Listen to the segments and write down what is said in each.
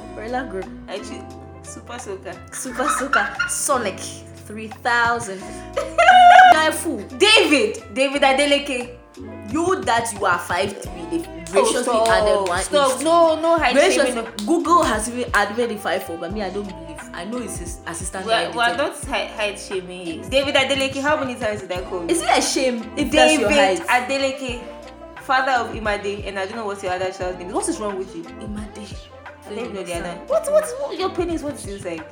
Umbrella Group. I choose Super Soaker. Super Soaker. Sonic 3000. Guy fool. David. David Adeleke. You that you are 5'3. They graciously stop. added one Oh, Stop. inch. No, no height Graciously, shaming. no. Google has even added five four, but me, I don't believe. I know it's his assistant. We are, we are editor. not height, height shaming. here. David Adeleke, how many times did I call you? Is it a shame if that's your David height? Adeleke, father of Imade, and I don't know what's your other child's name. What is wrong with you? Imade. I don't know the other. What, what, what your pain is what it is like.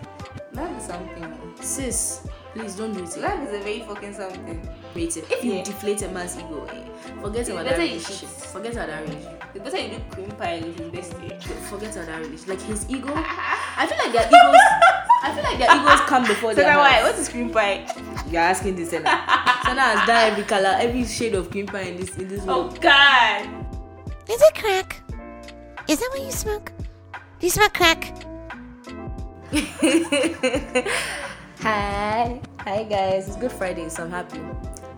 Life is something. Sis, please don't do it. again. Life is a very fucking something. Rate it. If you Yeah. deflate a man's ego, eh, forget about that better you relationship. should- Forget about that relationship. The better you do cream pie, which is best here. Forget about that relationship. Like his ego. I feel like their egos. I feel like their egos come before So their now why? hearts. What is cream pie? You're asking this, Senna. Senna has done every color, every shade of cream pie in this in this world. Oh God. Is it crack? Is that what you smoke? Do you smoke crack? Hi, hi guys. It's Good Friday, so I'm happy.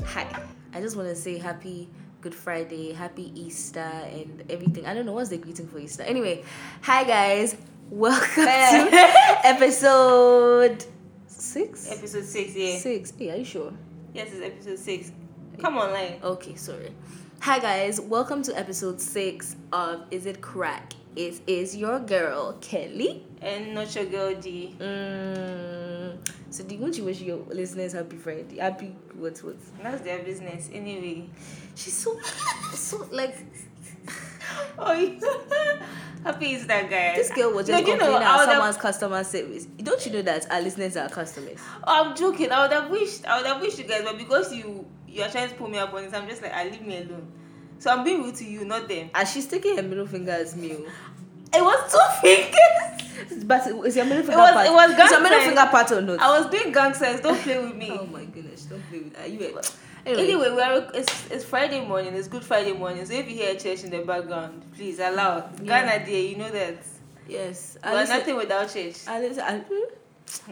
Hi. I just want to say happy Good Friday, happy Easter, and everything. I don't know what's the greeting for Easter. Anyway, hi guys. Welcome to episode six. Episode six, yeah. Six. Hey, are you sure? Yes, it's episode six. Come on, like. Okay, sorry. Hi guys, welcome to episode six of Is It Crack? It is your girl Kelly. And not your girl D. Mm. So, do you want to wish your listeners happy Friday? Happy what what? That's their business anyway. She's so so like Oh, yeah. happy Easter, guys. this girl was just No, do you know, complaining I about would have- someone's customer service. Don't you know that our listeners are customers? Oh, I'm joking. I would have wished. I would have wished you guys, but because you you are trying to pull me up on this, I'm just like, I leave me alone. So I'm being rude to you, not them. And she's taking her middle finger as me. oh. It was two fingers. But it- it's your middle finger was- part. it was it's your gangster. middle finger part or not? I was doing gang signs. Don't play with me. Oh my goodness! Don't play with that. You a- Anyway, we are. It's, it's Friday morning. It's Good Friday morning. So if you hear a church in the background, please allow. it. Yeah. Ghana Day, you know that. yes. We are nothing without church. I listen. I,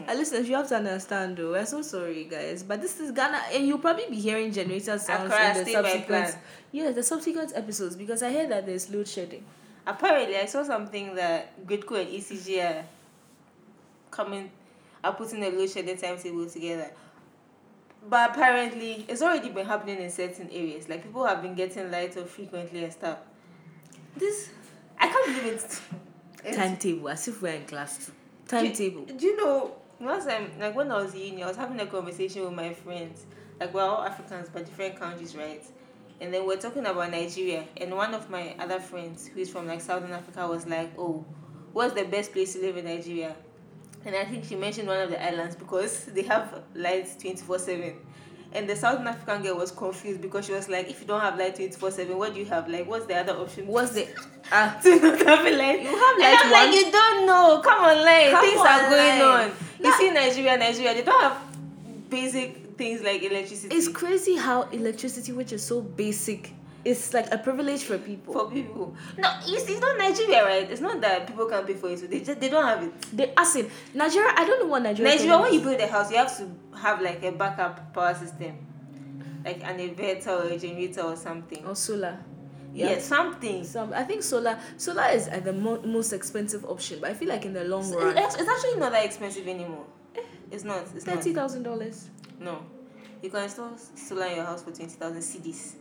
I listen. You have to understand, though. We're so sorry, guys. But this is Ghana, and you'll probably be hearing generator sounds Accra, in the stay by subsequent. plan. Yes, the subsequent episodes because I hear that there's load shedding. Apparently, I saw something that Gridco and ECG are coming, are putting a low shedding timetable together. But apparently, it's already been happening in certain areas. Like people have been getting lighter frequently and stuff. This, I can't believe it's it's- Timetable, as if we're in class. two. Timetable. Do, do you know? Last time, like when I was in uni, I was having a conversation with my friends. Like we're all Africans, but different countries, right? And then we're talking about Nigeria, and one of my other friends, who is from like Southern Africa, was like, "Oh, what's the best place to live in Nigeria?" And I think she mentioned one of the islands because they have lights twenty four seven. And the Southern African girl was confused because she was like, "If you don't have light twenty four seven, what do you have? Like, what's the other option?" What's the ah? to not have a light. You have And light I'm like once. you don't know. Come on, like Come things are on, going like, on. You see, Nigeria, Nigeria, they don't have basic things like electricity It's crazy how electricity, which is so basic, is like a privilege for people. for people. No, you see, it's not Nigeria, right? It's not that people can't pay for it. so They just they don't have it. they as in Nigeria. I don't know what Nigeria. Nigeria, when you build a house, you have to have like a backup power system, like an inverter or a generator or something. or solar. Yeah, something. Some, I think solar solar is uh, the mo- most expensive option, but I feel like in the long It's, run, it's act- it's actually not that expensive anymore. It's not. It's not. Eh. thirty thousand dollars. No, you can install solar in your house for twenty thousand CDs.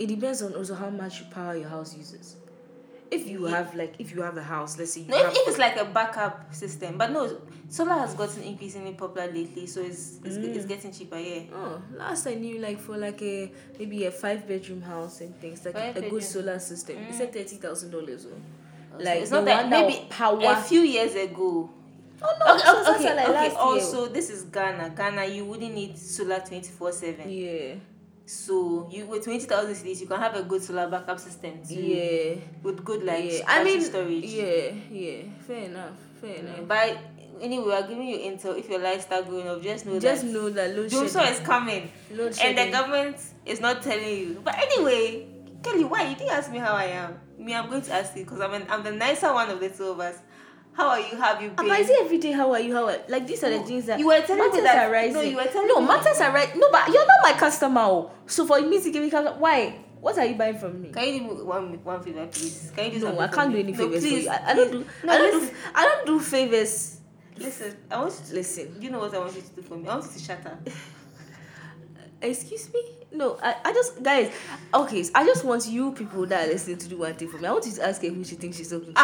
It depends on also how much power your house uses. If you have like if you have a house, let's say you No, have if, if it's like a backup system, but no, solar has gotten increasingly popular lately, so it's it's, Mm. it's getting cheaper. Yeah, oh last I knew like for like a maybe a five bedroom house and things like Five a bedroom. good solar system. It's like thirty thousand dollars. oh. So Like it's the not that one that maybe will power. a few years ago. oh so- Okay, so- so okay, okay. like last also, this is Ghana. Ghana, you wouldn't need solar twenty four seven. year. So you with twenty thousand cities, you can have a good solar backup system yeah, too, yeah, with good Mm. like yeah. I mean, storage. Mm. yeah, yeah. Fair enough, fair enough. But anyway, we are giving you intel. If your lights start going off, just know Just that know that load doom shedding- is coming. load and the shedding- government is not telling you. But anyway, Kelly, why you didn't ask me how I am? Me, I'm going to ask you because I'm an, I'm the nicer one of the two of us. How are you? Have you Ah, been? But I say every day, how are you? How are like these are the things that you were telling me matters that- are rising. no, you were telling no me- matters are rising. No, but you're not my customer. oh. So for me to give you customer, why? What are you buying from me? Can you do me one one favor, please? Can you do no, something I for can't do me? any No, favors please, for you. I, I don't please. do. No, I don't listen, do. I don't do favors. listen. I want you to. Listen, You know what I want you to do for me? I want you to shut up. excuse me. No, I, I just guys. Okay, so I just want you people that are listening to do one thing for me. I want you to ask her who she thinks she's talking to.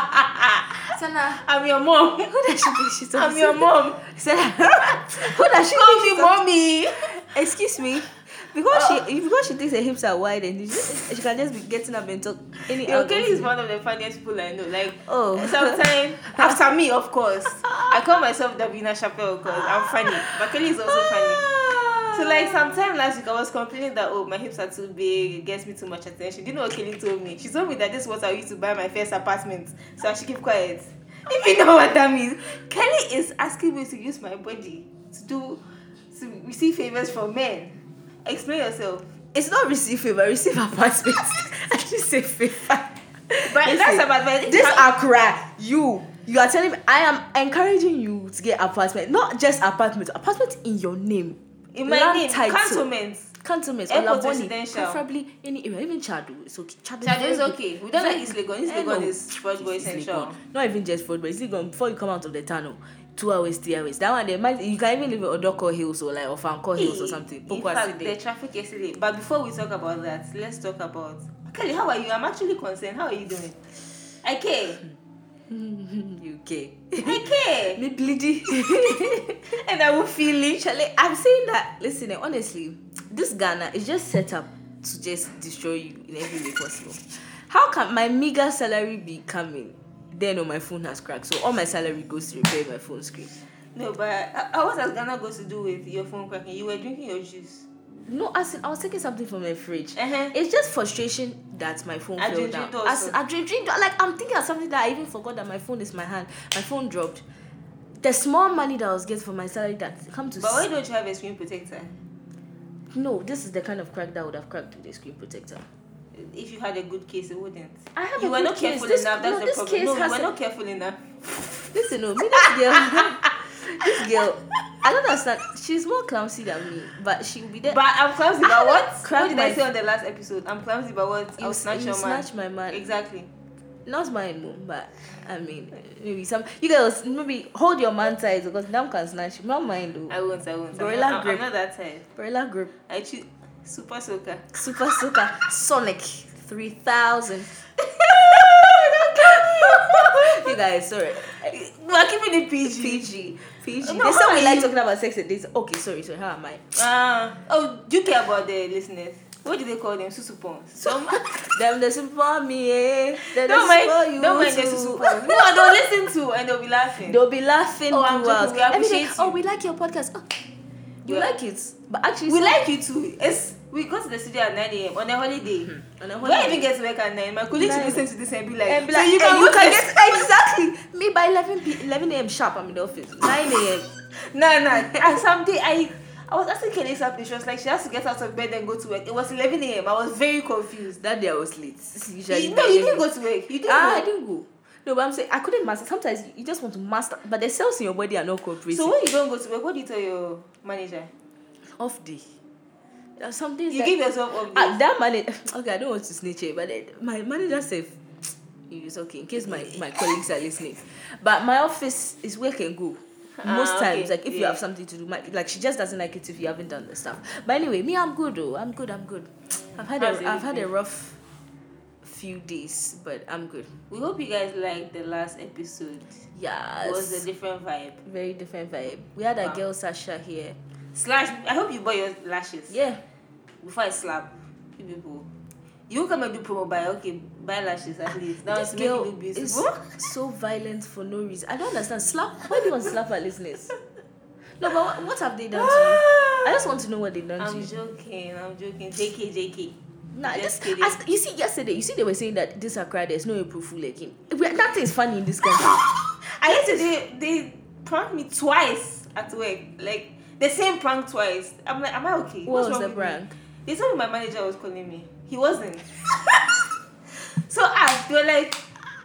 Sana, I'm your mom. who does she think she's talking I'm your to? mom. Sana, who does she Call think me she's talking mommy. to? Excuse me. Because she because she thinks her hips are wide and you just, she can just be getting up and talk any Yo, outfit. Kelly is one of the funniest people I know. Like Oh. sometimes after me, of course. I call myself Davina Chappelle because I'm funny, but Kelly is also funny. So like sometime last week I was complaining that oh my hips are too big, it gets me too much attention. Do you know what Kelly told me? She told me that this was how I used to buy my first apartment, so I should keep quiet. If you know what that means, Kelly is asking me to use my body to do to receive favors from men. Explain yourself. It's not receive favor, receive apartment. I should say favor. But that's about but- this Accra. You you are telling me I am encouraging you to get apartment, not just apartment, apartment in your name. in my Land name, title. cantonment. Cantonments, Airport Olaboni, residential. preferably any area, even Chadu. It's okay. Chadu, Chadu is very okay. good. We don't Very like East Legon. good. East Eh, Legon no. is Fort Boy East Central. Legon. Not even just Fort Boy. East Legon, before you come out of the tunnel, two hours, three hours. That one, they might, you can even live in Odoko Hills or like Ofanko Hills or something. In Pokwa fact, City. the traffic yesterday. But before we talk about that, let's talk about Kelly. How are you? I'm actually concerned. How are you doing? I care. you okay? I care. Me bleedy. and I will feel it. Literally, I'm saying that. Listen, eh, honestly, this Ghana is just set up to just destroy you in every way possible. How can my meager salary be coming? Then, oh, my phone has cracked, so all my salary goes to repair my phone screen. No, but uh, I, I was as Ghana goes to do with your phone cracking. You were drinking your juice. No, as in, I was taking something from my fridge. Uh-huh. It's just frustration that my phone I fell dreamed down. it also. As in, I dreamed, dreamed- like I'm thinking of something that I even forgot that my phone is my hand. My phone dropped. The small money that I was getting from my salary that come to But why don't you have a screen protector? No, this is the kind of crack that would have cracked with a screen protector. If you had a good case, it wouldn't. I have you a were good not case. careful This- enough. no, That's this the problem. No, case you were has a- not careful enough. Listen, no, me this girl, this girl, I don't understand. She's more clumsy than me, but she will be there. But I'm clumsy. But Ah, what? crack What did I my- say on the last episode? I'm clumsy. But what? I'll you snatch you your man. snatch my man. Exactly. Not mine, mom, but I mean, maybe some. You guys, maybe hold your man tight because them can snatch. Not mine though. I won't. I won't. Gorilla I'm, not- grip. I'm not that type. Gorilla grip, I choose super soaker. super super sonic, three thousand. you guys, sorry. We're keeping it PG. PG, PG. No, they how said we are like you- talking about sex and dates. Okay, sorry, sorry. How am I? Ah. oh, do you care about the listeners? What do they call them? Susupons. Some- Them they support me, eh? Them they don't mind. support you Don't mind the too. susupons. No, they'll listen to and they'll be laughing. They'll be laughing Oh, I'm throughout. joking. We Every appreciate day, Oh, you." we like your podcast. Oh, you Yeah. like it, but actually, we some- like you too. It's we go to the studio at 9 a.m. on a holiday. On a When I holiday. even get to work at 9, my colleagues Mm-hmm. Nine. listen to this and be like, And be so like, "Hey, you can, you go can to the- get exactly me by 11 p 11 a.m. sharp. I'm in the office 9 a.m. No, no. I, someday I, I was asking Kelly something. She was like, she has to get out of bed and go to work. It was 11 a.m. I was very confused. That day I was late. This is usually You, no, my you day. didn't go to work. You didn't. Ah, go. I didn't go. No, but I'm saying I couldn't master. Sometimes you just want to master, but the cells in your body are not cooperating. So when you don't go to work, what do you tell your manager? off day. There are some days You that- give yourself off Ah, days. that manager. Okay, I don't want to snitch it, but then my manager said it's okay in case my my colleagues are listening. But my office is where I can go. Ah, Most okay, times, like if you yeah. have something to do, my, like she just doesn't like it if you haven't done the stuff. But anyway, me, I'm good though. I'm good. I'm good. I've had How's a I've had a everything? rough few days, but I'm good. We hope you guys liked the last episode. Yeah, It was a different vibe. very different vibe. We had a Wow. girl Sasha here. Slash. I hope you bought your lashes. Yeah, Before I slap you people. You come and do promo by okay, buy lashes at least. That was this make you girl look is beautiful. so violent for no reason. I don't understand. Slap? Why do you want to slap our listeners? No, but what, what have they done to you? I just want to know what they done to I'm you. joking. I'm joking. JK, JK. Nah, just this, kidding. as, you see, yesterday, you see, they were saying that this Accra, there's no April Fool again. We- Nothing is funny in this country. I used to they they pranked me twice at work. Like the same prank twice. I'm like, am I okay? What was wrong the with prank? Me? They told me my manager was calling me. He wasn't. so I they were like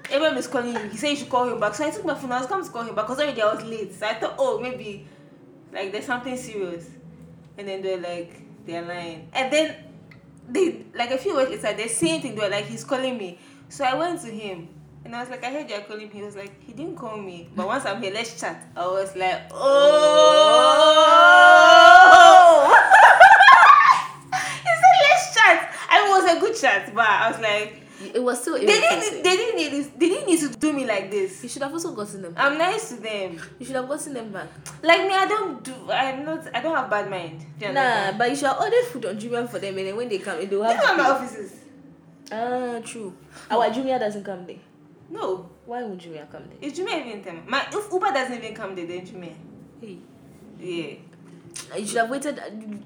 Abraham is calling you. He said you should call him back. So I took my phone. I was coming to call him back because already I was late. So I thought, oh, maybe like there's something serious. And then they're like, they're lying. And then they like a few weeks later the same thing they were like he's calling me so i went to him and i was like i heard you're calling me he was like he didn't call me but once i'm here let's chat i was like oh he said let's chat i mean, it was a good chat but i was like It was so they irritating. didn't they didn't need this they didn't need to do me like this You should have also gotten them. i'm nice to them you should have gotten them back. like me i don't do i'm not i don't have bad mind Do you Nah, understand? but you should have ordered food on Jumia for them, and then when they come, they'll they have. don't have my offices Ah, true. Our Jumia doesn't come there. no Why would Jumia come there? Is Jumia even Tema? My if Uber doesn't even come there, then Jumia. Hey. Yeah. You should have waited.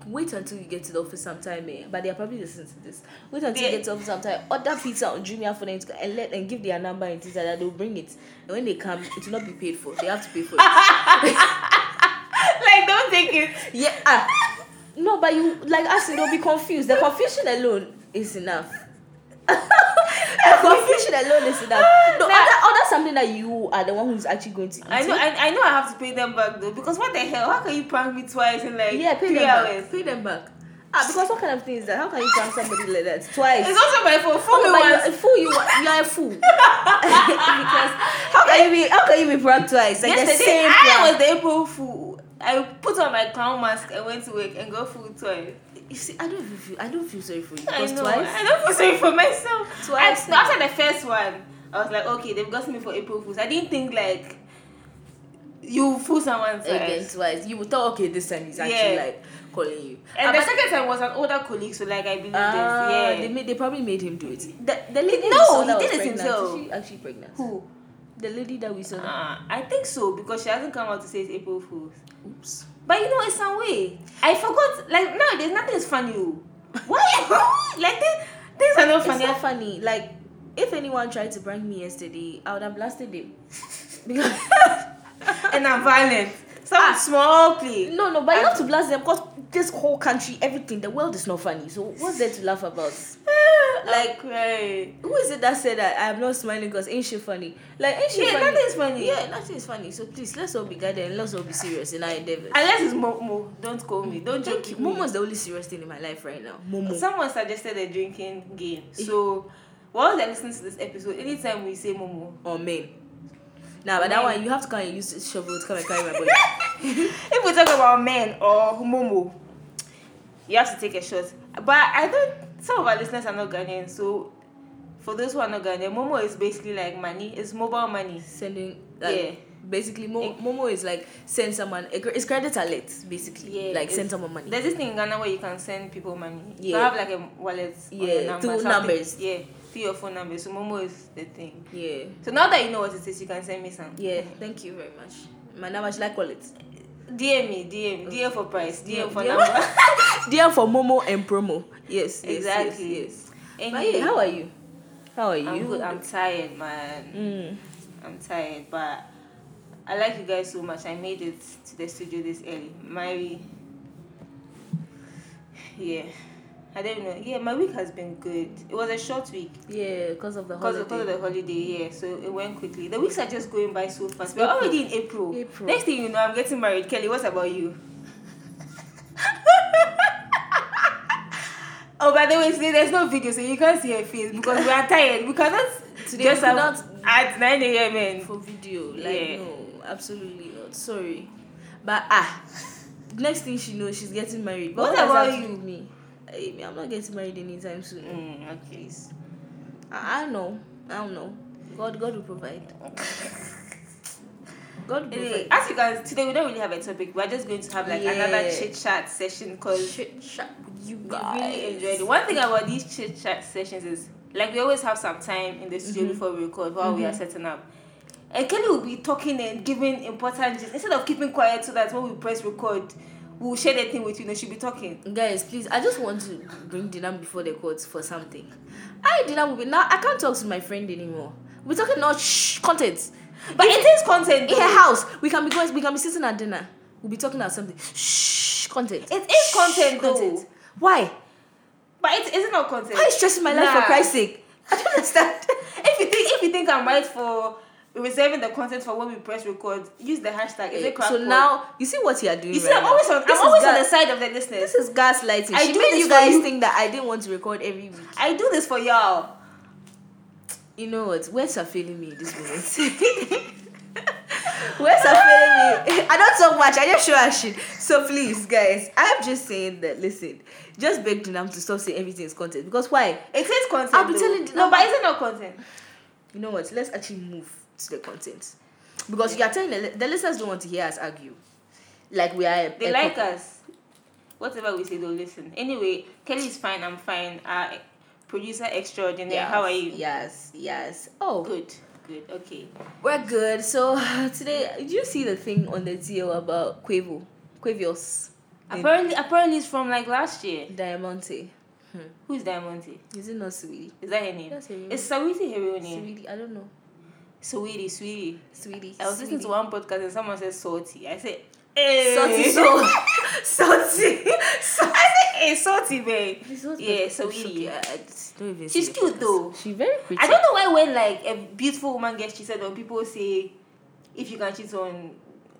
Wait until you get to the office sometime, eh? But they are probably listening to this. Wait until you They- get to the office sometime. Order pizza on Jumia for them to, and let and give their number and things like that. They'll bring it, and when they come, it will not be paid for. They have to pay for Ah. it. like don't take it. yeah. Ah. No, but you like us. They'll be confused. The confusion alone is enough. the confusion alone is enough. No, Nah. order, order something that you are the one who's actually going to eat. I know it. I, I know I have to pay them back though because what the hell? How can you prank me twice in like yeah, pay three them hours? back. Pay them back. Ah, because what kind of thing is that? How can you tell somebody like that twice? It's also my fault. Fool me Oh, but you're a once. fool. You are, you are a fool. because how can you be how can you be pranked twice? Like the Yesterday same I prank. was the April Fool. I put on my clown mask and went to work and got fool twice. You see, I don't even feel I don't feel sorry for you. I Because know. I twice. don't feel sorry for myself. Twice. I, after the first one, I was like, okay, they've got me for April Fools. I didn't think like you fool someone twice. Again, twice. You would thought okay, this time he's actually Yeah. like calling you. And Ah, the but- second time was an older colleague, so like I believe Ah, this. they Yeah. made they probably made him do it. The, The lady we saw no, that was he did it pregnant, himself. Is she actually pregnant? Ah. Who? The lady that we saw. that- Uh, I think so because she hasn't come out to say it's April Fools. Oops. But you know, it's some way. I forgot. Like no, there's nothing is funny. oh. Why? like thi- things are not It's funny. not funny. Like, if anyone tried to prank me yesterday, I would have blasted them. Because and I'm violent. Some Ah. small play. no, no, but you have to blast them because this whole country, everything, the world is not funny. So what's there to laugh about? like right. Who is it that said that I am not smiling because ain't she funny? Like ain't she Yeah, funny? nothing is funny. Yeah, nothing is funny. So please let's all be guided and let's all be serious in our endeavors. Unless it's Momo. Don't call me. Don't joke Thank you. with me. Momo is the only serious thing in my life right now. Momo. Someone suggested a drinking game. So while they're listening to this episode, anytime we say Momo, or men. Nah, but that Men. one you have to come and use this shovel to come and carry my body. if we talk about men or Momo, you have to take a shot. But I don't. Some of our listeners are not Ghanaian, so for those who are not Ghanaian, Momo is basically like money. It's mobile money. Sending like, Yeah. basically Mo- Momo is like send someone a cre- it's credit alert basically. Yeah, like send it's- someone money. There's this thing in Ghana where you can send people money. You Yeah. have like a wallet. on Yeah, your number, through something. numbers. Yeah, through your phone number. So Momo is the thing. yeah. So now that you know what it is, you can send me some. Yeah. Thank you very much. My number should I call it? DM me, DM, DM for price, DM for Yeah. number. DM for Momo and promo. Yes. yes, yes, Exactly. Yes. But Anyway, yeah, how are you? How are you? I'm good. I'm tired, man. Mm. I'm tired, but I like you guys so much. I made it to the studio this early. My yeah, I don't know. Yeah, my week has been good. It was a short week Yeah, because of the because holiday. of, because of the holiday. Yeah, so it went quickly. The weeks are just going by so fast. We're April. already in April. April. Next thing you know, I'm getting married. Kelly, what about you? Oh, by the way, today there's no video, so you can't see her face because we are tired. We cannot Today just we could have- not- at 9 a.m. and for video. Like Yeah. no, absolutely not. Sorry, but ah, next thing she knows, she's getting married. But What what, about about you? you? With me? Eh, me, I'm not getting married anytime soon. Mm, okay. I, I don't know. I don't know. God, God will provide. God will Anyway, provide. as you guys, today we don't really have a topic. We're just going to have like another Yeah. chit chat session because we Shit, shut you guys. really enjoyed it. One thing about these chit chat sessions is like we always have some time in the studio Mm-hmm. before we record while we are setting up. And Kelly will be talking and giving important gist instead of keeping quiet so that when we press record, we'll share the thing with you. No, she'll be talking. Guys, please, I just want to bring Dinam before the courts for something. I Dinam will be now. I can't talk to my friend anymore. We're talking not shh content. But it is content. in though. her house. We can be going. We can be sitting at dinner. We'll be talking about something. Shh, content. It is Shh, content, though. Why? But it isn't all content. Why are you stressing my life for Nah. Christ's sake? I don't understand. if you think if you think I'm right for reserving the content for when we press record. Use the hashtag. Is Eh, it crap? so pod? now you see what you are doing. you see, right I'm now. always on. This I'm is always on ga- the side of the listeners. This is gaslighting. I she do made this you for guys you. think that I didn't want to record every week. I do this for y'all. You know what? Words are failing me at this moment. Words are failing me. I don't talk much. I just show I shit. So please, guys, I'm just saying that. Listen, just beg Dinam to stop saying everything is content because why? It is content. I'll be though. telling you- No, but is it not content? You know what? Let's actually move to the content because you are telling the, the listeners don't want to hear us argue. Like we are. a- They a like couple. us. Whatever we say, they'll listen. Anyway, Kelly's fine. I'm fine. Our producer extraordinary. Yes, How are you? Yes. Yes. Oh, Good. Good. Okay. We're good. So today, did you see the thing on the deal about Quavo, Quavios Apparently, apparently it's from like last year. Diamante? Who's Diamante? Is it not sweetie? Is that her name? That's her name. It's Sawiti her real name. Sweetie, I don't know. Sweetie, sweetie. Sweetie. I was listening to sweetie. one podcast and someone said salty. I said, "Eh, hey. Salty soul. Salty. Salty. I said, hey, salty, Eh, babe. Yeah, sweetie. I, I just don't even She's see the cute podcast. though. She very pretty. I don't know why when like a beautiful woman gets cheated on, people say if you can cheat on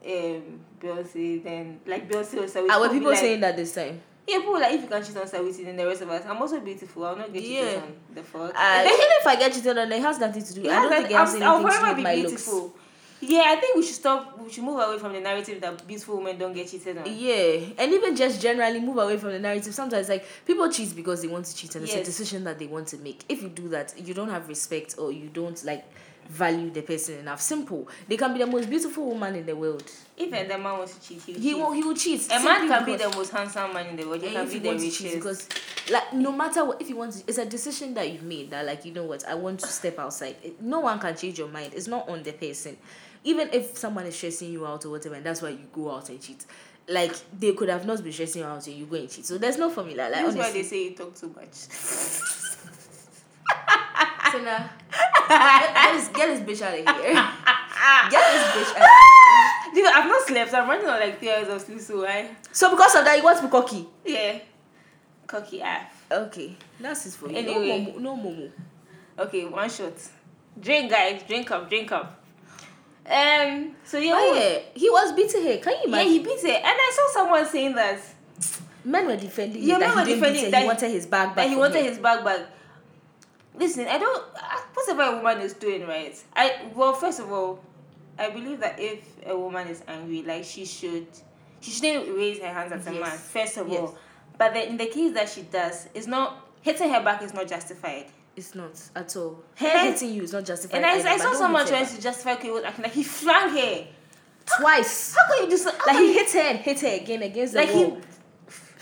um, Beyonce, then like Beyonce or Sawiti. Ah, were be people like, saying that this time? Yeah, people were like if you can cheat on Sawiti, then the rest of us. I'm also beautiful. I'll not get cheated Yeah. on the fuck. Uh, Then- even if I get cheated on, it has nothing to do. I don't Yeah, think it that- has I'll- I'll anything to do forever with be my beautiful. Yeah, I think we should stop. We should move away from the narrative that beautiful women don't get cheated on. looks. Yeah, and even just generally move away from the narrative. Sometimes, like people cheat because they want to cheat, and it's a Yes. decision that they want to make. If you do that, you don't have respect or you don't like value the person enough. Simple. They can be the most beautiful woman in the world. Even the man wants to cheat, he'll He cheat. will. He will cheat. A man simply can be because- the most handsome man in the world. He And can if be you the want to cheat richest. because like no matter what if you want to it's a decision that you've made that like you know what i want to step outside It- no one can change your mind it's not on the person even if someone is stressing you out or whatever and that's why you go out and cheat like they could have not been stressing you out and you go and cheat so there's no formula like That's why they honestly say you talk too much. so now, get, get this, get this bitch out of here get this bitch out of here. Dude, I've not slept. I'm running on like three hours of sleep, so I so because of that you want to be cocky yeah, cocky af. okay that's it for you Anyway. no momo no momo Okay, one shot. Drink, guys. Drink up. Drink up. Um. So yeah, oh we- yeah he was beating her can you yeah, imagine he beat it, and I saw someone saying that. Men were defending Yeah, him men that were he didn't defending beat her, that he he- wanted his bag back. and he from wanted her. his bag back. Listen, I don't. ah, I- Whatever a woman is doing, right? I well, first of all, I believe that if a woman is angry, like she should, she shouldn't raise her hands at a Yes. man. First of Yes. all, but then in the case that she does, it's not hitting her back is not justified. It's not at all. And Her I- hitting you is not justified. and I, either, I but saw don't someone hit her trying to justify Kwewo's acting like he flung her. back. twice. How can you do so? Like he hit her, and hit her again against the like he, wall.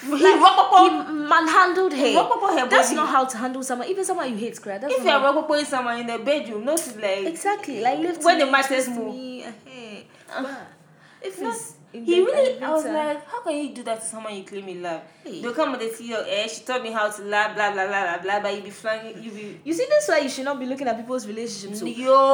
he Like, rub up on. he manhandled her. rub up on her That's body. not how to handle someone. Even someone you hate, Kra. That's If you not are rub up on someone in the bedroom, not to like. exactly like lift When the me, matches lift move. me, eh, but If No, it's in Ah. he the really i was elevator, like how can you do that to someone you claim you love Hey. they'll come and they see your eh she taught me how to lie blah blah blah blah blah but you be flanking you be you see, that's why you should not be looking at people's relationships. So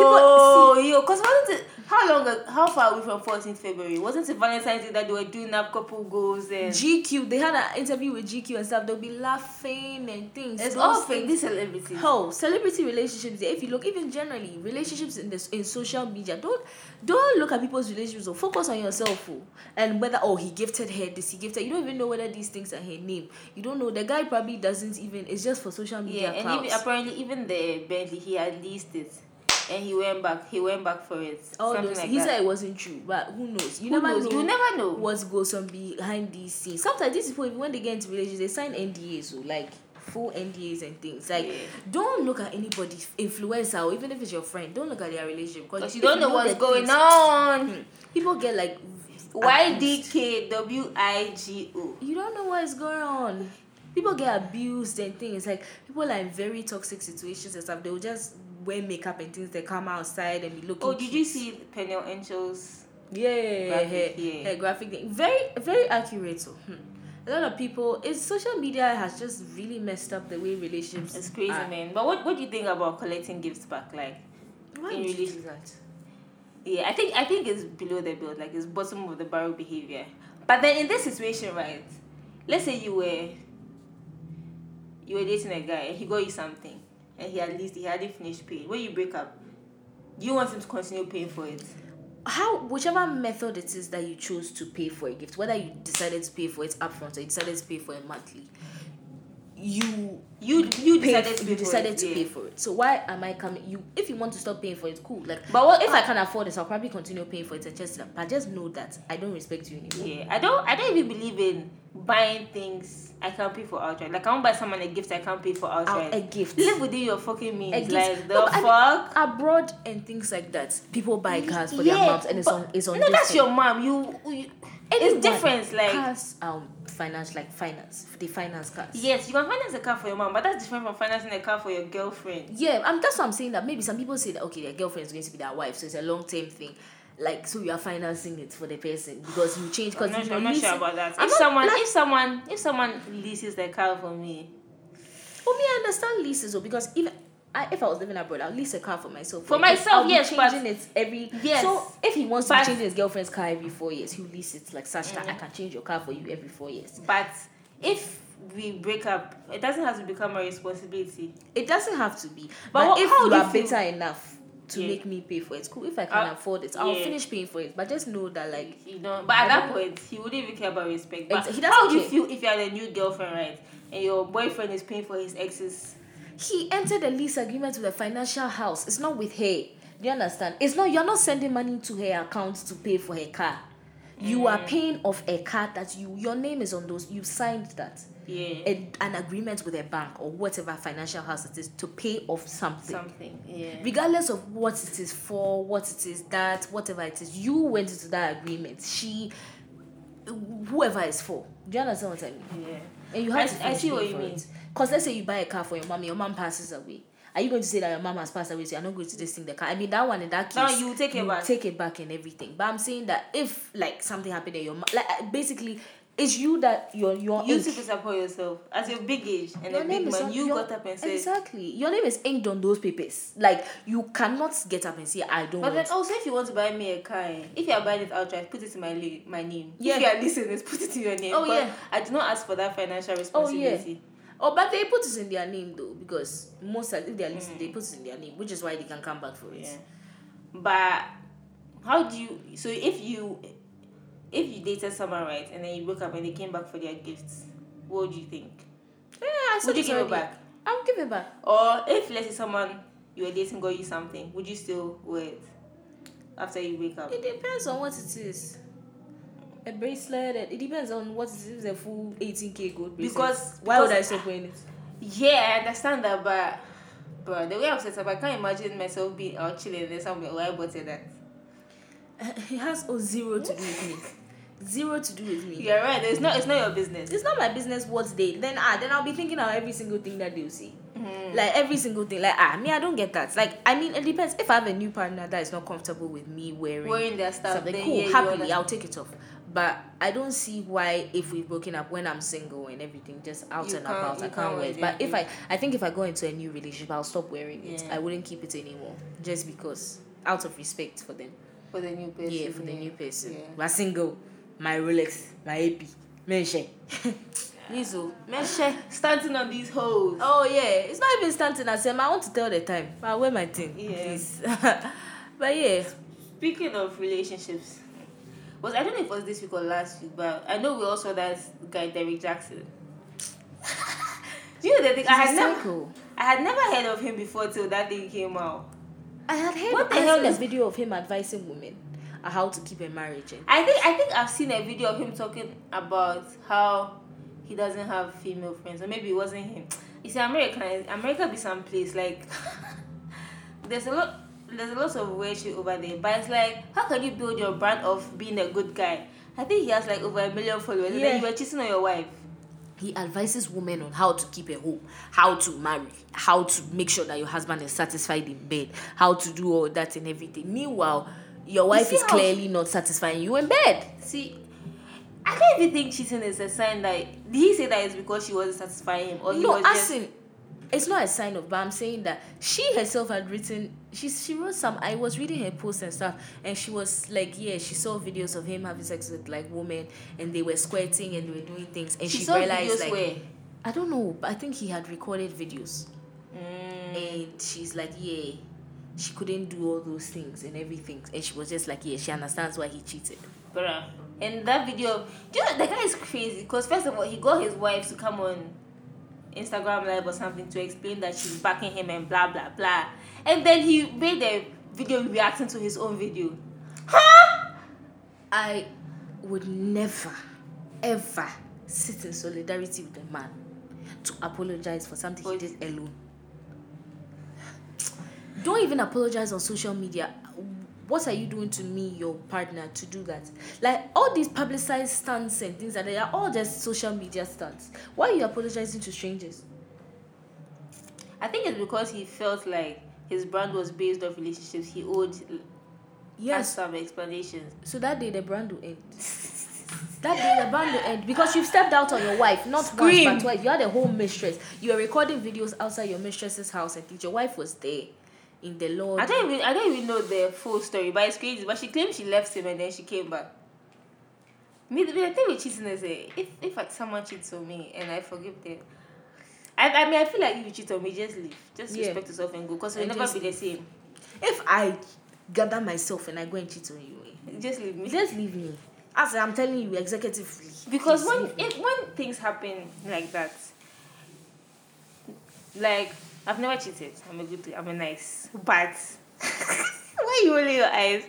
yo yo because wasn't it how long ag- how far are we from 14th february wasn't it valentine's day that they were doing up couple goals and GQ, they had an interview with GQ and stuff. They'll be laughing and things. it's Those all things- fake these celebrities Oh, celebrity relationships. yeah, If you look, even generally, relationships in this in social media. Don't don't look at people's relationships. Or focus on yourself. oh. and whether oh he gifted her this, he gifted. You don't even know whether these things are her name. You don't know. The guy probably doesn't even. It's just for social yeah media. Yeah, and even, apparently even the bentley he had leased it and he went back he went back for it all something those. like Oh, he that said it wasn't true, but who knows? You Who never knows? know. you never know What goes on behind these scenes? Sometimes these people, even when they get into relationships, they sign NDAs, so oh, like full NDAs and things. Like, Yeah. don't look at anybody's influencer, or even if it's your friend, don't look at their relationship because you if don't know the what's going things- on people get like abused. YDKWIGO. you don't know what is going on people get abused and things like people are in very toxic situations and stuff they will just wear makeup and things they come outside and be looking Oh, did you see Penel Angel's? yeah Graphic, her, yeah. her graphic thing very very accurate so, hmm. a lot of people it's social media has just really messed up the way relationships It's crazy, are. man. But what, what do you think about collecting gifts back? Like, why in would you do relation- that yeah, I think I think it's below the belt, like it's bottom of the barrel behavior. But then in this situation, right? Let's say you were you were dating a guy and he got you something and he at least he hadn't finished paying. When you break up, you want him to continue paying for it? how whichever method it is that you chose to pay for a gift, whether you decided to pay for it upfront or you decided to pay for it monthly, you You you paid, decided to pay you for decided it, to yeah. pay for it. So why am I coming? You if you want to stop paying for it, cool. Like, But what- if I can afford this, I'll probably continue paying for it and just but just know that I don't respect you anymore. Yeah, I don't. I don't even believe in buying things I can't pay for outright. Like I won't buy someone a gift I can't pay for outright. Out- a gift. Live within your fucking means. A gift. Like the No, but I fuck. mean, abroad and things like that, people buy cars for Yeah, their moms and it's but- on it's on. No, that's discount. your mom. You. you Anyone. it's different. Like cars, um, finance like finance. They finance cars. yes, you can finance a car for your mom, but that's different from financing a car for your girlfriend. Yeah, um, that's what I'm saying. That maybe some people say that okay, their girlfriend is going to be their wife, so it's a long term thing. Like, so you are financing it for the person because you change. Because I'm you not, sure, I'm not sure leasing- about that. I'm if not- someone, like- if someone, if someone leases their car for me, For me, I understand leases, though, because even I, if I was living abroad, I'll lease a car for myself. a For gift. myself, I'll be yes, but- changing it every. Yes. So if he wants to But- change his girlfriend's car every four years, he'll lease it like such that I can change your car for you every four years. but if we break up, it doesn't have to become a responsibility. It doesn't have to be, but, what- if how you do you are feel- better enough to Yeah. make me pay for it, cool. If I can Uh, afford it, I'll yeah. finish paying for it. But just know that like. You know, but at that point, he wouldn't even care about respect. But Ex- he doesn't how do you care. feel if you had a new girlfriend, right? And your boyfriend is paying for his ex's. he entered a lease agreement with a financial house. It's not with her. Do you understand? It's not you're not sending money to her account to pay for her car. You are paying off a car that you your name is on those. You signed that Yeah. a, an agreement with a bank or whatever financial house it is to pay off something. Something. Yeah. Regardless of what it is for, what it is that, whatever it is, you went into that agreement. She, whoever is for. Do you understand what I mean? Yeah. And you have I- to I see finish what paying you for mean. it. Cause let's say you buy a car for your mom, your mom passes away. Are you going to say that your mom has passed away? So you're not going to this thing the car. I mean that one in that case. That one you take it back. Take it back and everything. But I'm saying that if like something happened and your mom, like uh, basically, it's you that your your You ink- took to support yourself as a big age and your a big man. on- You your- got up and said. exactly. Your name is inked on those papers. Like you cannot get up and say I don't. But want then also, if you want to buy me a car, eh, if you are buying it outright, put it in my li- my name. Yeah. If you are listening, put it in your name. Oh, But yeah. I do not ask for that financial Oh, yeah. responsibility. Oh, but they put it in their name though, because most of- if they are listening, they put it in their name, which is why they can come back for it. Hmm. Yeah. But how do you? So if you if you dated someone right and then you broke up and they came back for their gifts, what would you think? Yeah, I said Would you it's give it already- back? I'll give it back. Or if let's say someone you were dating got you something, would you still wear it after you break up? It depends on what it is. A bracelet. It it depends on what it is. If it's a full eighteen k gold bracelet. Because- why would I because- stop wearing it? Yeah, I understand that, but but the way I'm set up, I can't imagine myself being out chilling and then someone why bought you that. It has oh, zero to do with me. Zero to do with me. You're right. It's not it's not your business. It's not my business what they then ah then I'll be thinking of every single thing that they'll see. Like every single thing. Like ah me I don't get that. Like I mean it depends. If I have a new partner that is not comfortable with me wearing Wearing their stuff, something then cool, yeah, you happily understand. I'll take it off. But I don't see why if we've broken up when I'm single and everything just out You and can't- about you I can't can't wear it. wear But if I I think if I go into a new relationship I'll stop wearing it. Yeah. I wouldn't keep it anymore just because out of respect for them. For the new person. Yeah, for the new person. Yeah. We're single. My Rolex, my AP, Menche. oh. Nizo, Menche. Standing on these holes. Oh yeah, it's not even standing as him. I want to tell the time. I wear my thing, Yeah. please. but yeah, Speaking of relationships, was I don't know if it was this week or last week, but I know we all saw that guy Derek Jackson. Do you know the thing? I had He's never, psycho. I had never heard of him before till that thing came out. I had heard. What the I hell saw a is- video of him advising women on how to keep a marriage. eh? And I think I think I've seen a video of him talking about how he doesn't have female friends, or maybe it wasn't him. You see, America, America be some place like there's a lot. There's a lot of weird shit over there, but it's like, how can you build your brand of being a good guy? I think he has like over a million followers, and Yeah. then you were cheating on your wife. he advises women on how to keep a home, how to marry, how to make sure that your husband is satisfied in bed, how to do all that and everything. Meanwhile, your wife see is how- clearly not satisfying you in bed. See, I can't even think cheating is a sign that. Did he say that it's because she wasn't satisfying him, or he no, was as just in, it's not a sign of, but I'm saying that she herself had written. She she wrote some. I was reading her posts and stuff, and she was like, yeah, she saw videos of him having sex with like women, and they were squirting and they were doing things, and she, she, saw realized videos like where. I don't know, but I think he had recorded videos, Mm. and she's like, yeah, she couldn't do all those things and everything, and she was just like, yeah, she understands why he cheated. Bruh. And that video, do you know, the guy is crazy because, first of all, he got his wife to come on Instagram Live or something to explain that she's backing him and blah, blah, blah. And then he made a video reacting to his own video. Huh? I would never, ever sit in solidarity with a man to apologize for something he But- did alone. Don't even apologize on social media. What are you doing to me, your partner, to do that? Like all these publicized stunts and things like that they are all just social media stunts. Why are you apologizing to strangers? I think it's because he felt like his brand was based off relationships. He owed us Yes. some explanations. So that day the brand will end. That day the brand will end because you've stepped out on your wife, not Scream. once but twice. You had a whole mistress. You were recording videos outside your mistress's house, and your wife was there in the Lord. I don't even I don't even know the full story, but it's crazy. But she claimed she left him and then she came back. Me, the the thing with cheating is, eh, if if like, someone cheats on me and I forgive them, I, I mean I feel like if you cheat on me, just leave, just Yeah. respect yourself and go, cause we'll And never just be the same. If I gather myself and I go and cheat on you, eh, Just leave me. just leave me. As I'm telling you, executively. because please when leave me. if, when things happen like that, like I've never cheated. I'm a good. I'm a nice. But why you rolling your eyes?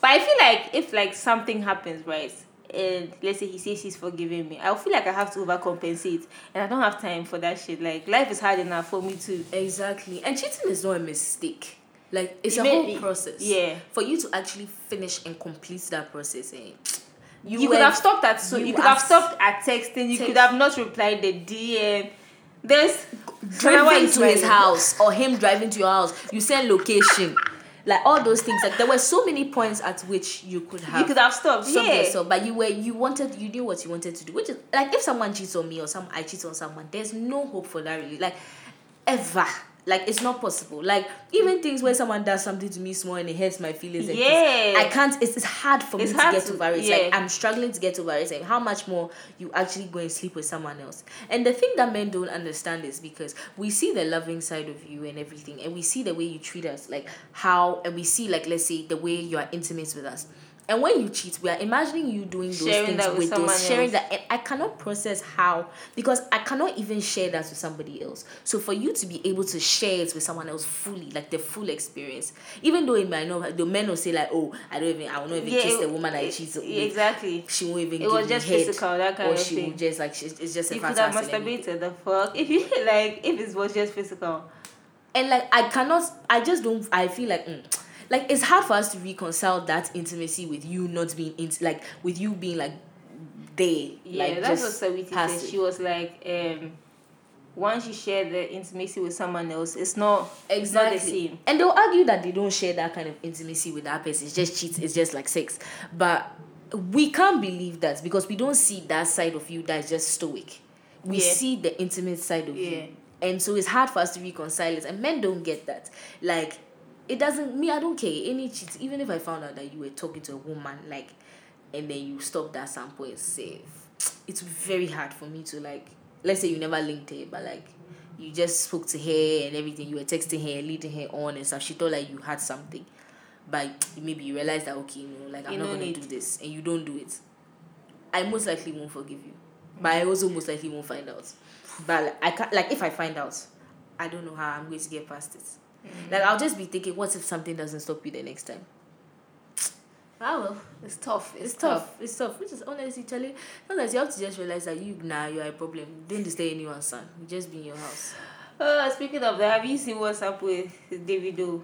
But I feel like if like something happens, right? And let's say he says he's forgiving me. I feel like I have to overcompensate, and I don't have time for that shit. Like life is hard enough for me to. Exactly. And cheating is not a mistake. Like it's You a may- whole process. yeah. For you to actually finish and complete that process, eh, You, were- could have stopped at so. You, you could have have- stopped at texting. You could Text. have not replied the DM. There's Why driving is to his my- house or him driving to your house. You send location, like all those things. Like there were so many points at which you could have You could have stopped. stopped yeah. yourself, but you were you wanted you knew what you wanted to do. Which is like if someone cheats on me or some I cheat on someone, there's no hope for that really. Like ever. Like it's not possible. Like even things where someone does something to me small and it hurts my feelings. and things, Yeah. I can't. It's, it's hard for It's me to hard get to- over it. Like yeah. I'm struggling to get over it. Like how much more you actually go and sleep with someone else? And the thing that men don't understand is because we see the loving side of you and everything, and we see the way you treat us, like how, and we see like let's say the way you are intimate with us. And when you cheat, we are imagining you doing those Sharing things that with with, someone those sharing else. that. And I cannot process how because I cannot even share that with somebody else. So for you to be able to share it with someone else fully, like the full experience, even though it might not, the men will say like, "Oh, I don't even, I will not even kiss it- the woman I it- cheat yeah, with." Exactly. She won't even. It give was me just head, physical, that kind or of she thing. will just like she, it's just a You fat could have ass and everything. masturbated the fuck if you like if it was just physical. and like I cannot I just don't I feel like mm, like it's hard for us to reconcile that intimacy with you not being int- like with you being like they Yeah, like that's what just Sawiti said. passive. She was like, um, once you share the intimacy with someone else, it's not it's not exactly the same. and they'll argue that they don't share that kind of intimacy with that person it's just cheats it's just like sex but we can't believe that because we don't see that side of you that's just stoic we Yeah. see the intimate side of Yeah. you and so it's hard for us to reconcile it and men don't get that like it doesn't me i don't care any cheat even if i found out that you were talking to a woman like and then you stopped at some point safe it's very hard for me to like let's say you never linked it but like you just spoke to her and everything you were texting her leading her on and stuff she thought like you had something but maybe you realized that okay no like i'm You not don't gonna need- do this and you don't do it i most likely won't forgive you but i also most likely won't find out but like, i can't like if i find out i don't know how i'm going to get past it like i'll just be thinking what if something doesn't stop you the next time ah well It's tough. it's tough. It's tough. Which is honestly, Charlie, sometimes you have to just realize that you now you are a problem. Don't disturb anyone's son. You just be in your house. Oh, speaking of that, have you seen what's up with Davido?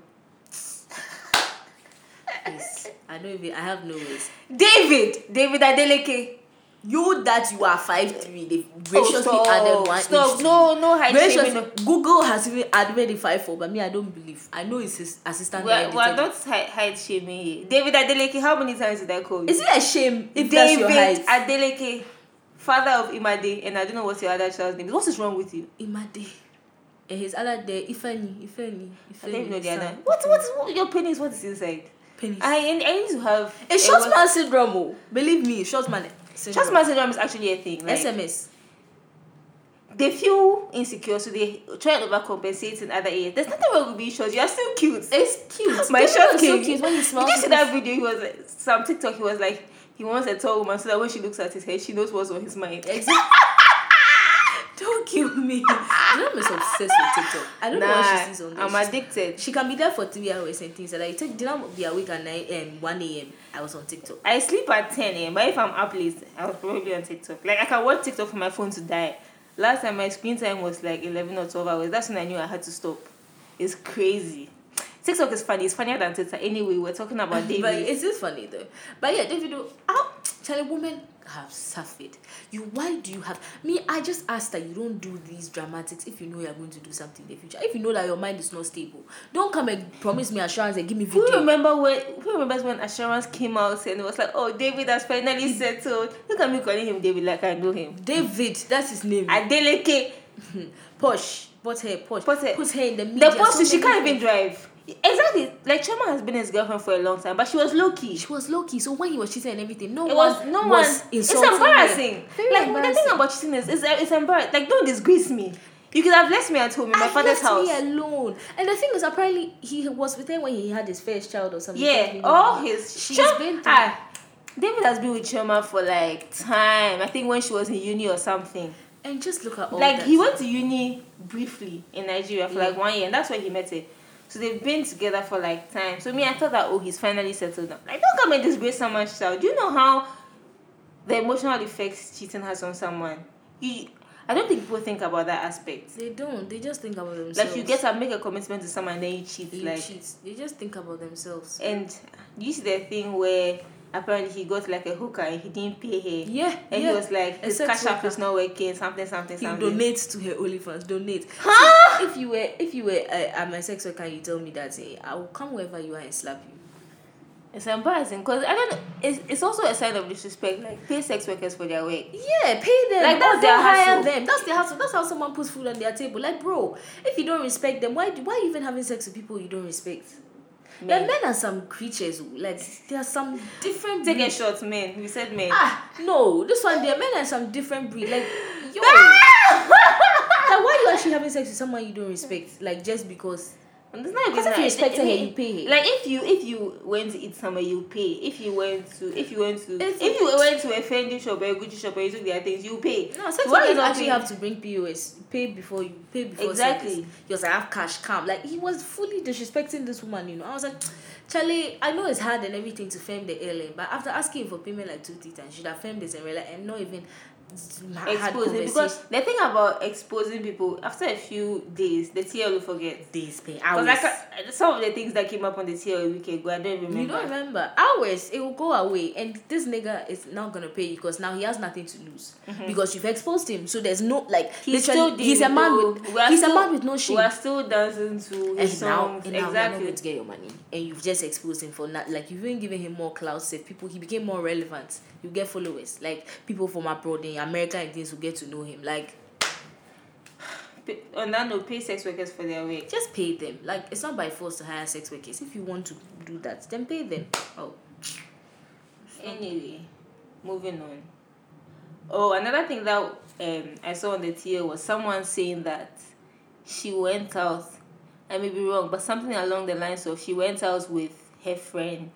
Yes. I don't even. I have no ways. David, David Adeleke. You that you are five three. They Oh, graciously stop. added one. Stop. inch. No, no, high Graciously, shaming, no. Google has even added the five four, but me I don't believe. I know it's his assistant. We are, that we are edited it. not hi- height shaming here. David Adeleke, how many times did I call you? Is it a shame if that's your David height? Adeleke, father of Imade, and I don't know what's your other child's name. is. What is wrong with you? Imade. And his other day, Ifeni, Ifeni, Ifeni. I don't even know the son. other. What, what, is- what your penis? What is inside? Penis. I, I need to have. It's short Eh, what- man syndrome. Oh. Believe me, short man. syndrome. Short man syndrome is actually a thing. Like, SMS. they feel insecure, so they try and overcompensate in other areas. There's nothing wrong with being short. You are still cute. It's cute. My People short are so king. cute when you smell. Did you see that video? He was like, some TikTok. He was like, he wants a tall woman so that when she looks at his head, she knows what's on his mind. Exactly. Don't kill me. You know I'm just obsessed with TikTok. I don't know what she sees on there. I'm She's- addicted. She can be there for three hours and things. Like, take, did I be awake at um, 9 a.m., 1 a.m.? I was on TikTok. I sleep at 10 a.m. But if I'm up late, I was probably on TikTok. Like I can watch TikTok for my phone to die. Last time my screen time was like 11 or 12 hours. That's when I knew I had to stop. It's crazy. TikTok is funny. It's funnier than Twitter. Anyway, we're talking about David. But it's just funny though. But yeah, David, how Charlie, women have suffered. You, why do you have me? I just ask that you don't do these dramatics if you know you're going to do something in the future. If you know that your mind is not stable, don't come and promise me assurance and give me Who video. remember when? Who remembers when Assurance came out and it was like, "Oh, David has finally settled." Look at me calling him David like I know him. David, that's his name. Adeleke. Posh, put her, posh, Put her- put her in the media. The so person she many can't people- even drive. Exactly. Like Choma has been his girlfriend for a long time, but she was low key. She was low key, so when he was cheating and everything, no It one was no one. was It's insulting her. embarrassing. Very like the embarrassing. thing about cheating is, it's, it's embarrassing. Like don't disgrace me. You could have left me at home in my I left father's house. Me alone. And the thing is, apparently he was with her when he had his first child or something. Yeah, oh. all his She's Chom- been through- Ah, David has been with Choma for like time. I think when she was in uni or something. And just look at all like that. he went to uni briefly in Nigeria for like Yeah. one year, and that's where he met her. So they've been together for like time. So me, I thought that oh, he's finally settled down. Like don't come and disgrace someone's child. Do you know how the emotional effects cheating has on someone? You, I don't think people think about that aspect. They don't. They just think about themselves. Like you get up, make a commitment to someone, then you cheat. You like cheat. They just think about themselves. and you see the thing where apparently he got like a hooker and he didn't pay her. Yeah, And yeah. he was like, A his sex cash app worker. is not working, something, something, He something. donates to her OnlyFans. Donate. See, If you were, if you were, uh, I'm a sex worker. You tell me that eh, I will come wherever you are and slap you. It's embarrassing because I don't. It's, it's also a sign of disrespect. Like pay sex workers for their work. Yeah, pay them. Like, that's Or their don't hire hustle. them. That's their hustle. That's how someone puts food on their table. Like, bro, if you don't respect them, why do- why are you even having sex with people you don't respect? Men. Like, men are some creatures. oh. Like there are some different Take a breed. shot, man. We said man. Mm. Ah no, this one there men are some different breed. Like yo, like why are you actually having sex with someone you don't respect? Like just because And it's not a Because good if you sign. respect her, It- it- you pay her. Like if you if you went to eat somewhere, you pay. If you went to if you went to If if, you- you went to a Fendi shop or a Gucci shop and you took their things, you pay. no sex Why workers not actually pay? have to bring POS, pay before you pay before Exactly. sex. He was like, I have cash, come. Like he was fully disrespecting this woman, you know. I was like, Charlie, I know it's hard and everything to film the airline, but after asking for payment like two, three times, should have filmed this and realized and not even had exposing because conversation. the thing about exposing people after a few days, the TL will forget. Days pay hours. Because like uh, some of the things that came up on the TL a week ago, I don't remember. You don't remember hours. It will go away, and this nigga is not gonna pay you because now he has nothing to lose because you've exposed him. So there's no like Mm-hmm. He's literally, still he's a dating, man though. with We are he's a still- man with no shame. We are still dancing to his and now, songs. and now exactly. exactly. going to get your money, and you've just exposed him for not like you've even given him more clout. Said people, he became more relevant. You get followers, like people from abroad in America and things will get to know him. Like P- On that note, pay sex workers for their work. just pay them. Like it's not by force to hire sex workers. If you want to do that, then pay them. Oh, Anyway, moving on. Oh, another thing that um I saw on the TL was someone saying that she went out. I may be wrong, but something along the lines of she went out with her friend,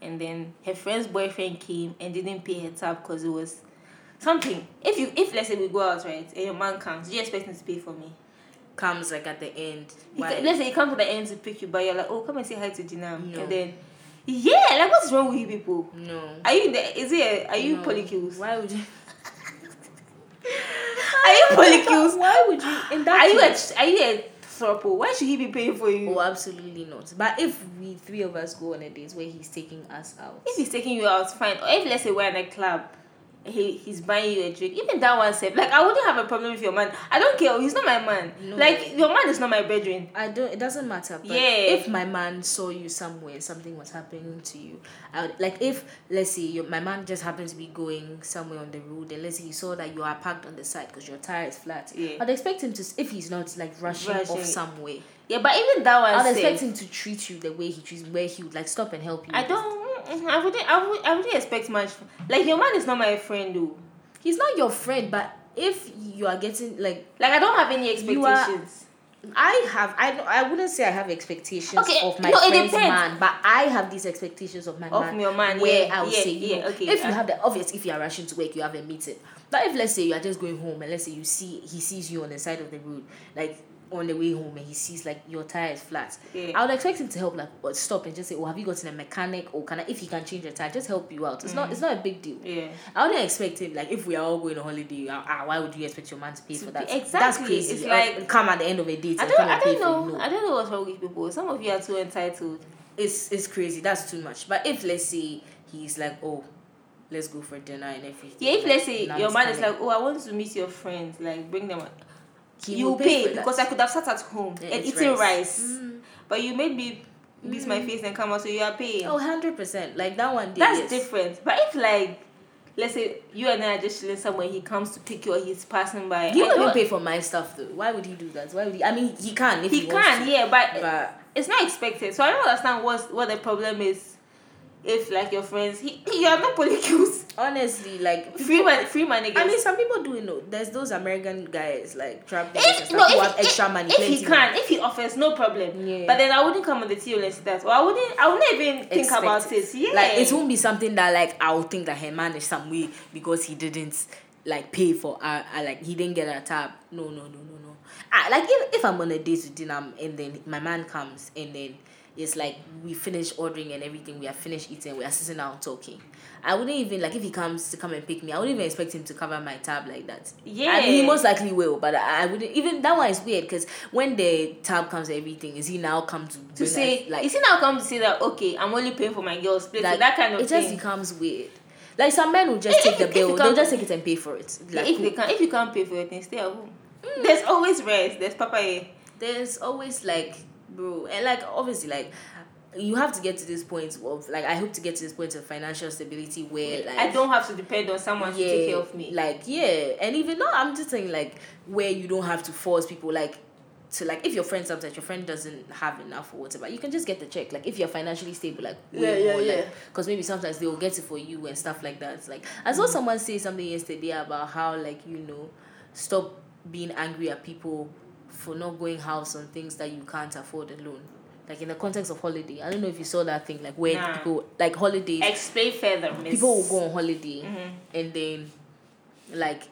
and then her friend's boyfriend came and didn't pay her tab because it was something. If you if let's say we go out right and your man comes, do you expect him to pay for me? comes like at the end. He Why? ca- Let's say he comes to the end to pick you, but you're like, oh, come and say hi to Dinam, No. and then yeah, like what's wrong with you people? no. Are you in the? Is it? a- Are you No. polycules? Why would you? Are you polycules? Why would you? In that Are you a? case- Are you a throuple? Why should he be paying for you? Oh, absolutely not. But if we three of us go on a date where he's taking us out, If he's taking you out, fine. Or if let's say we're in a club, he he's buying you a drink. Even that one step, like I wouldn't have a problem with your man. I don't care. He's not my man. No. Like your man is not my brethren. I don't. It doesn't matter. But Yeah. If my man saw you somewhere, something was happening to you. I would, like if let's say your, my man just happened to be going somewhere on the road, and let's say he saw that you are parked on the side because your tire is flat. Yeah. I'd expect him to s- if he's not like rushing, off Rushing. somewhere. Yeah, but even that one I'd said, expect him to treat you the way he treats where he would like stop and help you. I don't. mm, I wouldn't. I would. I wouldn't expect much. Like your man is not my friend, though. He's not your friend, but if you are getting like Like I don't have any You are- expectations. I have I don't- I wouldn't say I have expectations Okay, of my no, it friend's depends. man, but I have these expectations of my Of man. your man, where yeah, I would yeah, say, you yeah, know, okay, uh. if I- you have the obvious, if you are rushing to work, you have a meeting. But if let's say you are just going home and let's say you see he sees you on the side of the road, like on the way home, and he sees like your tire is flat. Yeah. I would expect him to help, like or stop and just say, "Oh, have you gotten a mechanic? Or can I, if he can change your tire, just help you out." It's not, it's not a big deal. Yeah. I wouldn't expect him like if we are all going on holiday. Ah, ah, why would you expect your man to pay for that? That's exactly. crazy. It's Or like- come at the end of a date. I and don't. come I and pay don't for know. it. No. I don't know what's wrong with people. Some of you are too entitled. it's it's crazy. That's too much. But if let's say he's like, oh, let's go for dinner and everything. Yeah. If let's say Now your it's man is coming. like, oh, I want to meet your friends. Like bring them. He you will pay, for because that. I could have sat at home Yeah, and it's eaten rice, rice. Mm. but you made me miss my face and come out. So you are paying. oh, 100 percent. Like that one day. That's yes. different. But if like. Let's say you and I are just chilling somewhere. He comes to pick you, or he's passing by. He I wouldn't don't- pay for my stuff though. Why would he do that? Why would he? I mean, he can if he, He wants can, to, yeah, but But it's not expected. So I don't understand what's what the problem is. If like your friends, he, you are not polycules. honestly, like Free man, free man again. I mean, some people do know. There's those American guys like trap guys and if, stuff no, who if, have if- extra money. if he plenty money. can, if he offers, no problem. Yeah. But then I wouldn't come on the tea unless that, or I wouldn't, I wouldn't even think Expect about it. Yeah, Like it won't be something that like I'll think that her man is some way because he didn't like pay for uh, uh like he didn't get a tab. No no no no no. I, like if, if I'm on a date with dinner and then my man comes and then it's like we finish ordering and everything, we are finished eating, we are sitting down talking. I wouldn't even like if he comes to come and pick me, I wouldn't even expect him to cover my tab like that. I mean, he Yeah. most likely will, but I, I wouldn't even that one is weird because when the tab comes and everything, is he now come to, to bring us, say, is he now come to say that okay, I'm only paying for my girl's place, like, that kind of it thing. just becomes weird. Like some men will just If- take if- the if bill, you they'll can't- just take it and pay for it. Yeah, Like if they can, if you can't pay for it, then stay at home. There's always rest. There's papaya. there's always like, bro, and like obviously like you have to get to this point of like I hope to get to this point of financial stability where like I don't have to depend on someone to take care of me. Like, yeah. And even no, I'm just saying like where you don't have to force people like to like if your friend sometimes your friend doesn't have enough or whatever, you can just get the check. Like if you're financially stable, like way Yeah, yeah, more, yeah. Because maybe sometimes they will get it for you and stuff like that. It's like I Mm. saw someone say something yesterday about how like you know stop being angry at people for not going house on things that you can't afford alone. Like in the context of holiday, I don't know if you saw that thing like where Nah. people like holidays Explain further, miss. Mm-hmm. people will go on holiday and then like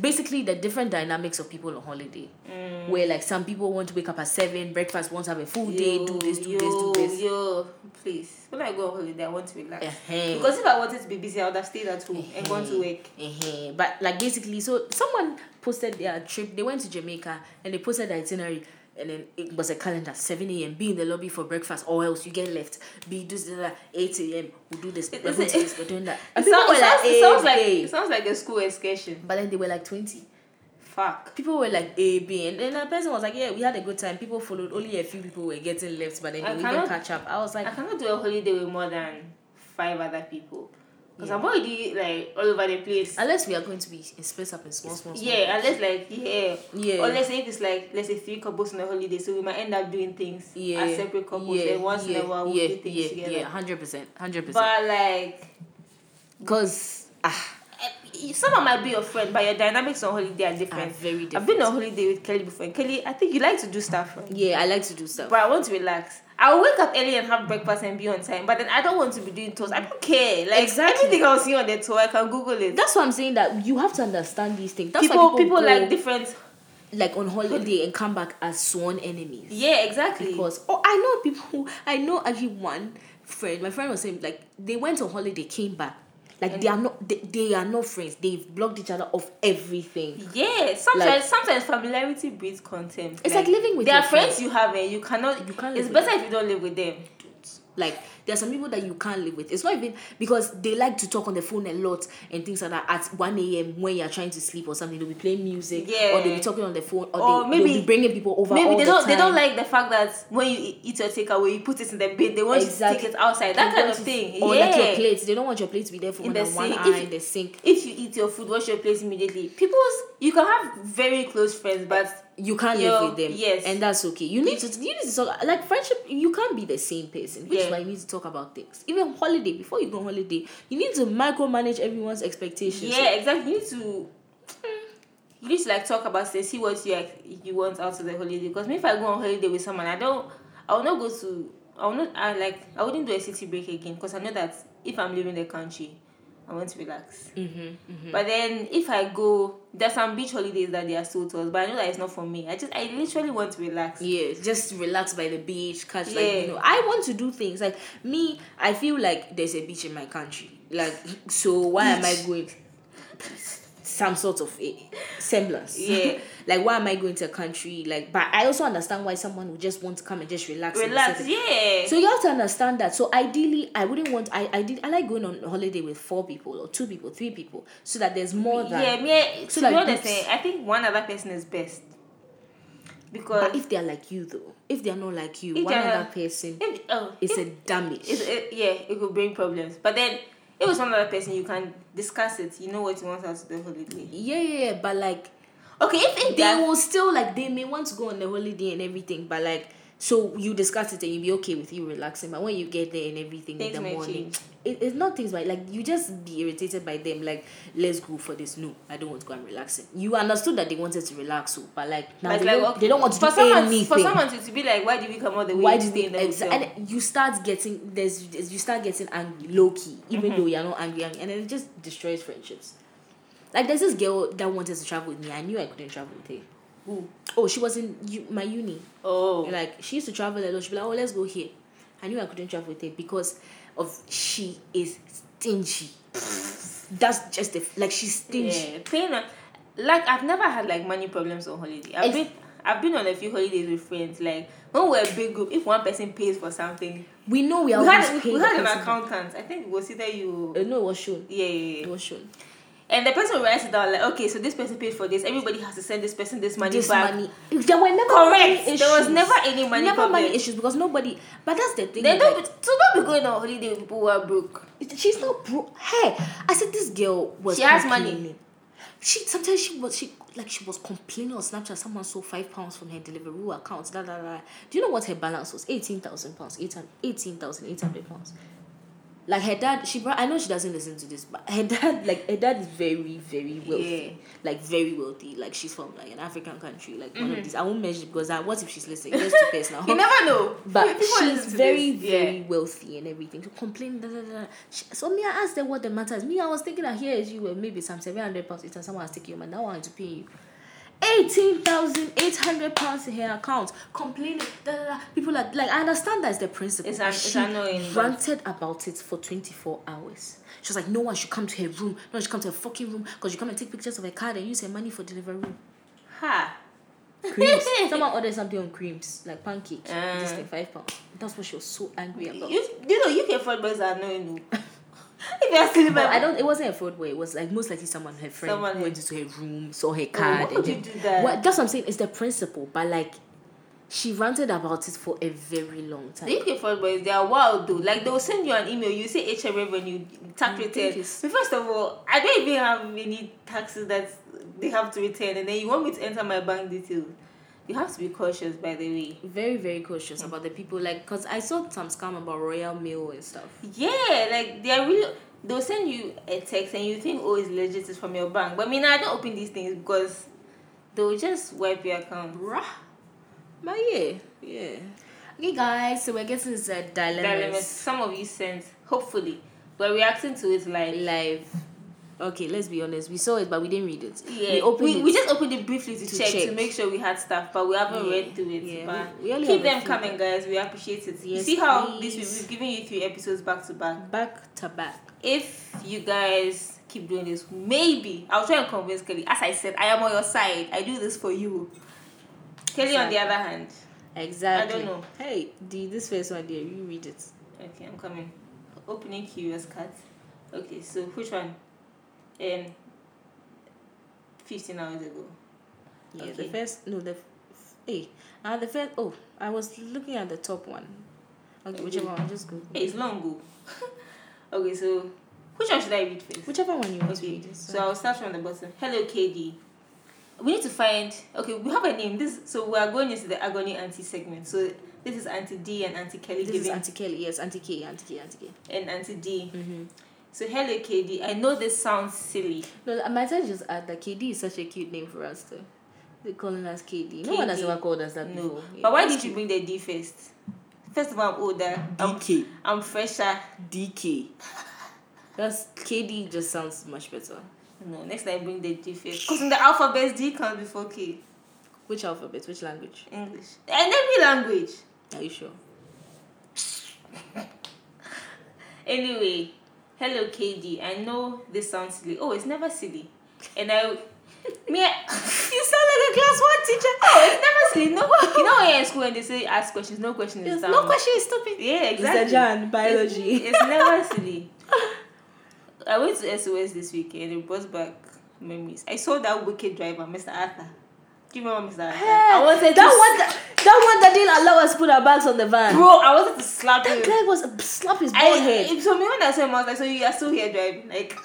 basically the different dynamics of people on holiday Mm-hmm. Mm. where like some people want to wake up at seven breakfast wants to have a full day do this do this do this Yo, please. When I go on holiday, I want to relax. Uh-huh. Because if I wanted to be busy, I would have stayed at home and gone to work. Uh-huh. But like basically, so someone posted their trip. They went to Jamaica and they posted the itinerary. And then it was a calendar, 7 a.m. Be in the lobby for breakfast, or else you get left. Be this, this, that, 8 a.m. We'll do this, we're going to this, we're doing that. And It, sound- people it were sounds, it sounds like "Eh, it sounds like a school excursion. But then they were like 20. Fuck. people were like A B and then that person was like, Yeah, we had a good time. People followed, only a few people were getting left, but then I they cannot- didn't catch up. I was like, I cannot do a holiday with more than five other people because I'm already like all over the place. unless we are going to be in space up in small, small, small. yeah, unless like yeah, Yeah. Or let's say if it's like let's say three couples on a holiday, so we might end up doing things yeah, as separate couples, yeah, and once yeah, in a while we yeah, do things yeah, together. Yeah, hundred percent, hundred percent. But like Because ah, eh, someone might be your friend, but your dynamics on holiday are I'm different. very different. I've been on holiday with Kelly before, and Kelly, I think you like to do stuff, right? yeah, I like to do stuff. But I want to relax. I'll wake up early and have breakfast and be on time, but then I don't want to be doing tours. I don't care. Like Exactly. anything I'll see on the tour, I can Google it. that's why I'm saying that you have to understand these things. That's people, why people people, go, like different. like on holiday and come back as sworn enemies. Yeah, exactly. because oh I know people I know actually one friend my friend was saying like they went on holiday came back like they Mm. are not they, they are not friends they've blocked each other off everything yeah, sometimes Like- sometimes familiarity breeds contempt. It's like living with there your are friends you have and you cannot. You can't it's live with better if you don't live with them. like there are some people that you can't live with it's not even because they like to talk on the phone a lot and things like that at 1 a.m when you're trying to sleep or something they'll be playing music or they'll Yeah. be talking on the phone or, Or they, maybe- will be bringing people over Maybe all they the don't. They time. don't like the fact that when you eat- eat your takeaway, you put it in the bin. They want you to Exactly. take it outside. That They kind want of to- thing. or yeah. like your plates they don't want your plate to be there for In more the than one sink. hour If- in the sink if you eat your food, wash your plates immediately. People's you can have very close friends, but you can't Yo, live with them yes. and that's okay you need to you need to talk like friendship you can't be the same person which Yeah. is why you need to talk about things even holiday before you go on holiday you need to micromanage everyone's expectations yeah, exactly. You need to you need to like talk about this, see what you like, you want out of the holiday. Because me, if I go on holiday with someone, I don't, I will not go to, I will not, I like, I wouldn't do a city break again. Because I know that if I'm leaving the country, I want to relax. Mm-hmm, mm-hmm. But then if I go, there's some beach holidays that they are sold to us, but I know that it's not for me. I just, I literally want to relax. Yeah, just relax by the beach, catch like Yeah. you know. I want to do things like me. I feel like there's a beach in my country, like so. Why am I going? Some sort of a semblance. Yeah. like why am I going to a country? Like, but I also understand why someone would just want to come and just relax. in a Relax, certain- yeah. So you have to understand that. So ideally, I wouldn't want. I I did. I like going on holiday with four people or two people, three people, so that there's more than. yeah, me, So to be like honest, groups. eh, I think one other person is best. Because But if they're like you though, if they're not like you, If one they're- other person, if, oh, it's if- a damage. it's, it, yeah, it could bring problems. But then, if it's one other person, you can discuss it. You know what you want out of the holiday. yeah, yeah, yeah, but like Okay, if, if they they will still like they may want to go on the holiday and everything, but like so you discuss it and you be okay with you relaxing. But when you get there and everything Things in the might morning, change. it, it's not things right. Like you just be irritated by them. Like let's go for this. No, I don't want to go. I'm relaxing. You understood that they wanted to relax, so but like now But they, like, don't, okay, they don't want to for do someone, anything. For someone to, to be like, why did we come all the way? why to do they stay in the exa- hotel? and you start getting there's there's- you start getting angry low key even Mm-hmm. though you're not angry, angry and it just destroys friendships like there's this girl that wanted to travel with me i knew i couldn't travel with her Who? oh she was in u- my uni Oh, like she used to travel a lot she'd be like oh let's go here i knew i couldn't travel with her because of she is stingy that's just the f- like she's stingy yeah. Paying on, like I've never had like money problems on holiday. I've Ex- been I've been on a few holidays with friends. Like when we're a big group, if one person pays for something, we know we are we always had we, paying we had an attention. accountant. I think it was either you. Uh, no it was shown Yeah, yeah, yeah. it was shown And the person writes it down like, okay, so this person paid for this. Everybody has to send this person this money this back. money. There were never money Correct. issues. There was never any money. never problem. money issues because nobody. But that's the thing. They is don't. be- so don't be going on holiday with people who are broke. like, she's not broke. Hey, I said this girl was. She has money. complaining. She sometimes she was she like she was complaining on Snapchat. Someone stole five pounds from her Deliveroo account. Da, da, da. Do you know what her balance was? Eighteen thousand pounds. Eight hun- 18,800 pounds. Like her dad, she brought, I know she doesn't listen to this, but her dad, like her dad is very, very wealthy. Like very wealthy. Like she's from like an African country, like one of these. I won't mention because I, what if she's listening? Just two pairs now. Mm-hmm. You never know. But People she's listen to very, this. very Yeah. wealthy and everything. To complain, da, da, da. She, so me, I asked her what the matter is. Me, I was thinking that here is you were maybe some seven hundred pounds. It's someone has taken your money. Now I want to pay you. Eighteen thousand eight hundred pounds in her account. Complaining, da, da, da. people are like, I understand that's the principle. It's an- it's she annoying, but- ranted about it for twenty four hours. She was like, no one should come to her room. No one should come to her fucking room because you come and take pictures of her card and use her money for delivery. Ha. Creams. Someone ordered something on creams, like pancake. Ah. This thing, five pounds. That's what she was so angry about. You, you know, you can fraud boys are annoying. no. if you're still But I don't. It wasn't a fraud way. It was like most likely someone her friend Someone went had- into her room, saw her card. why would and you then- do that? Well, that's what I'm saying. It's the principle, but like she ranted about it for a very long time. The UK fraud boys, they are wild though. Like they'll send you an email, you say HR revenue, tax You think return. it's- But first of all, I don't even have any taxes that they have to return, and then you want me to enter my bank details. You have to be cautious, by the way. Very very cautious about the people, like because I saw some scam about Royal Mail and stuff. Yeah, like they are really. They'll send you a text, and you think, oh, it's legit, it's from your bank. But I mean, I don't open these things because they'll just wipe your account. Bruh. But yeah, yeah. Okay, guys. So we're getting into the uh, Dilemmas. dilemmas Some of you sent, hopefully, we're reacting to it like live. Okay, let's be honest. We saw it, but we didn't read it. Yeah, we we, opened we, it. just opened it briefly to, to check, to check. make sure we had stuff, but we haven't Yeah, read through it. yeah, but we- we only keep have a them few. coming, guys. We appreciate it. you Yes, see how please. this week we've given you three episodes back to back. back to back. If you guys keep doing this, maybe I'll try and convince Kelly. As I said, I am on your side. I do this for you. Kelly, on the Exactly. other hand, Exactly. know. Hey, the, this first one there, you read it. okay, I'm coming. Opening curious cat. Okay, so which one? Um, fifteen hours ago. Yeah, the Okay. first, no, the, f- hey, uh, the first, oh, I was looking at the top one. Okay, whichever one, just go. Hey, it's long ago. okay, so which one should I read first? Whichever one you want to Okay, read. so I'll start from the bottom. Hello, KD. We need to find. Okay, we have a name. This so we are going into the agony anti segment. So this is anti D and anti Kelly this is giving Auntie Kelly, yes, Auntie K, Auntie K, Auntie K. and anti D. Mm-hmm. So hello, KD. I know this sounds silly. No, I might as well just add that KD is such a cute name for us too. They're calling us KD. No one has KD. ever called us that No, before. but why Yeah. did you bring the D first? First of all, I'm older. I'm, DK. I'm fresher. DK. That's KD just sounds much better. No, next time bring the D first. Cause in the alphabet, D comes before K. Which alphabet? Which language? English and every language. Are you sure? Anyway, hello KD. I know this sounds silly. Oh, it's never silly. And I, me, I- you sound like a class one teacher. Oh, it's never silly. No, you know when you're in school and they say ask questions. No question is Yes, dumb. no question is stupid. Yeah, Mr. exactly. Jan, biology. It's, it's never silly. I went to SOS this weekend. It brought back memories. I saw that wicked driver, Mr. Arthur. Do you remember Mr. Arthur? I wanted that to one that, that one that didn't allow us to put our bags on the van. bro. I wanted to slap That him. guy was slap his bald I, head. if- so me when I saw him, I was like, so you are still here driving, like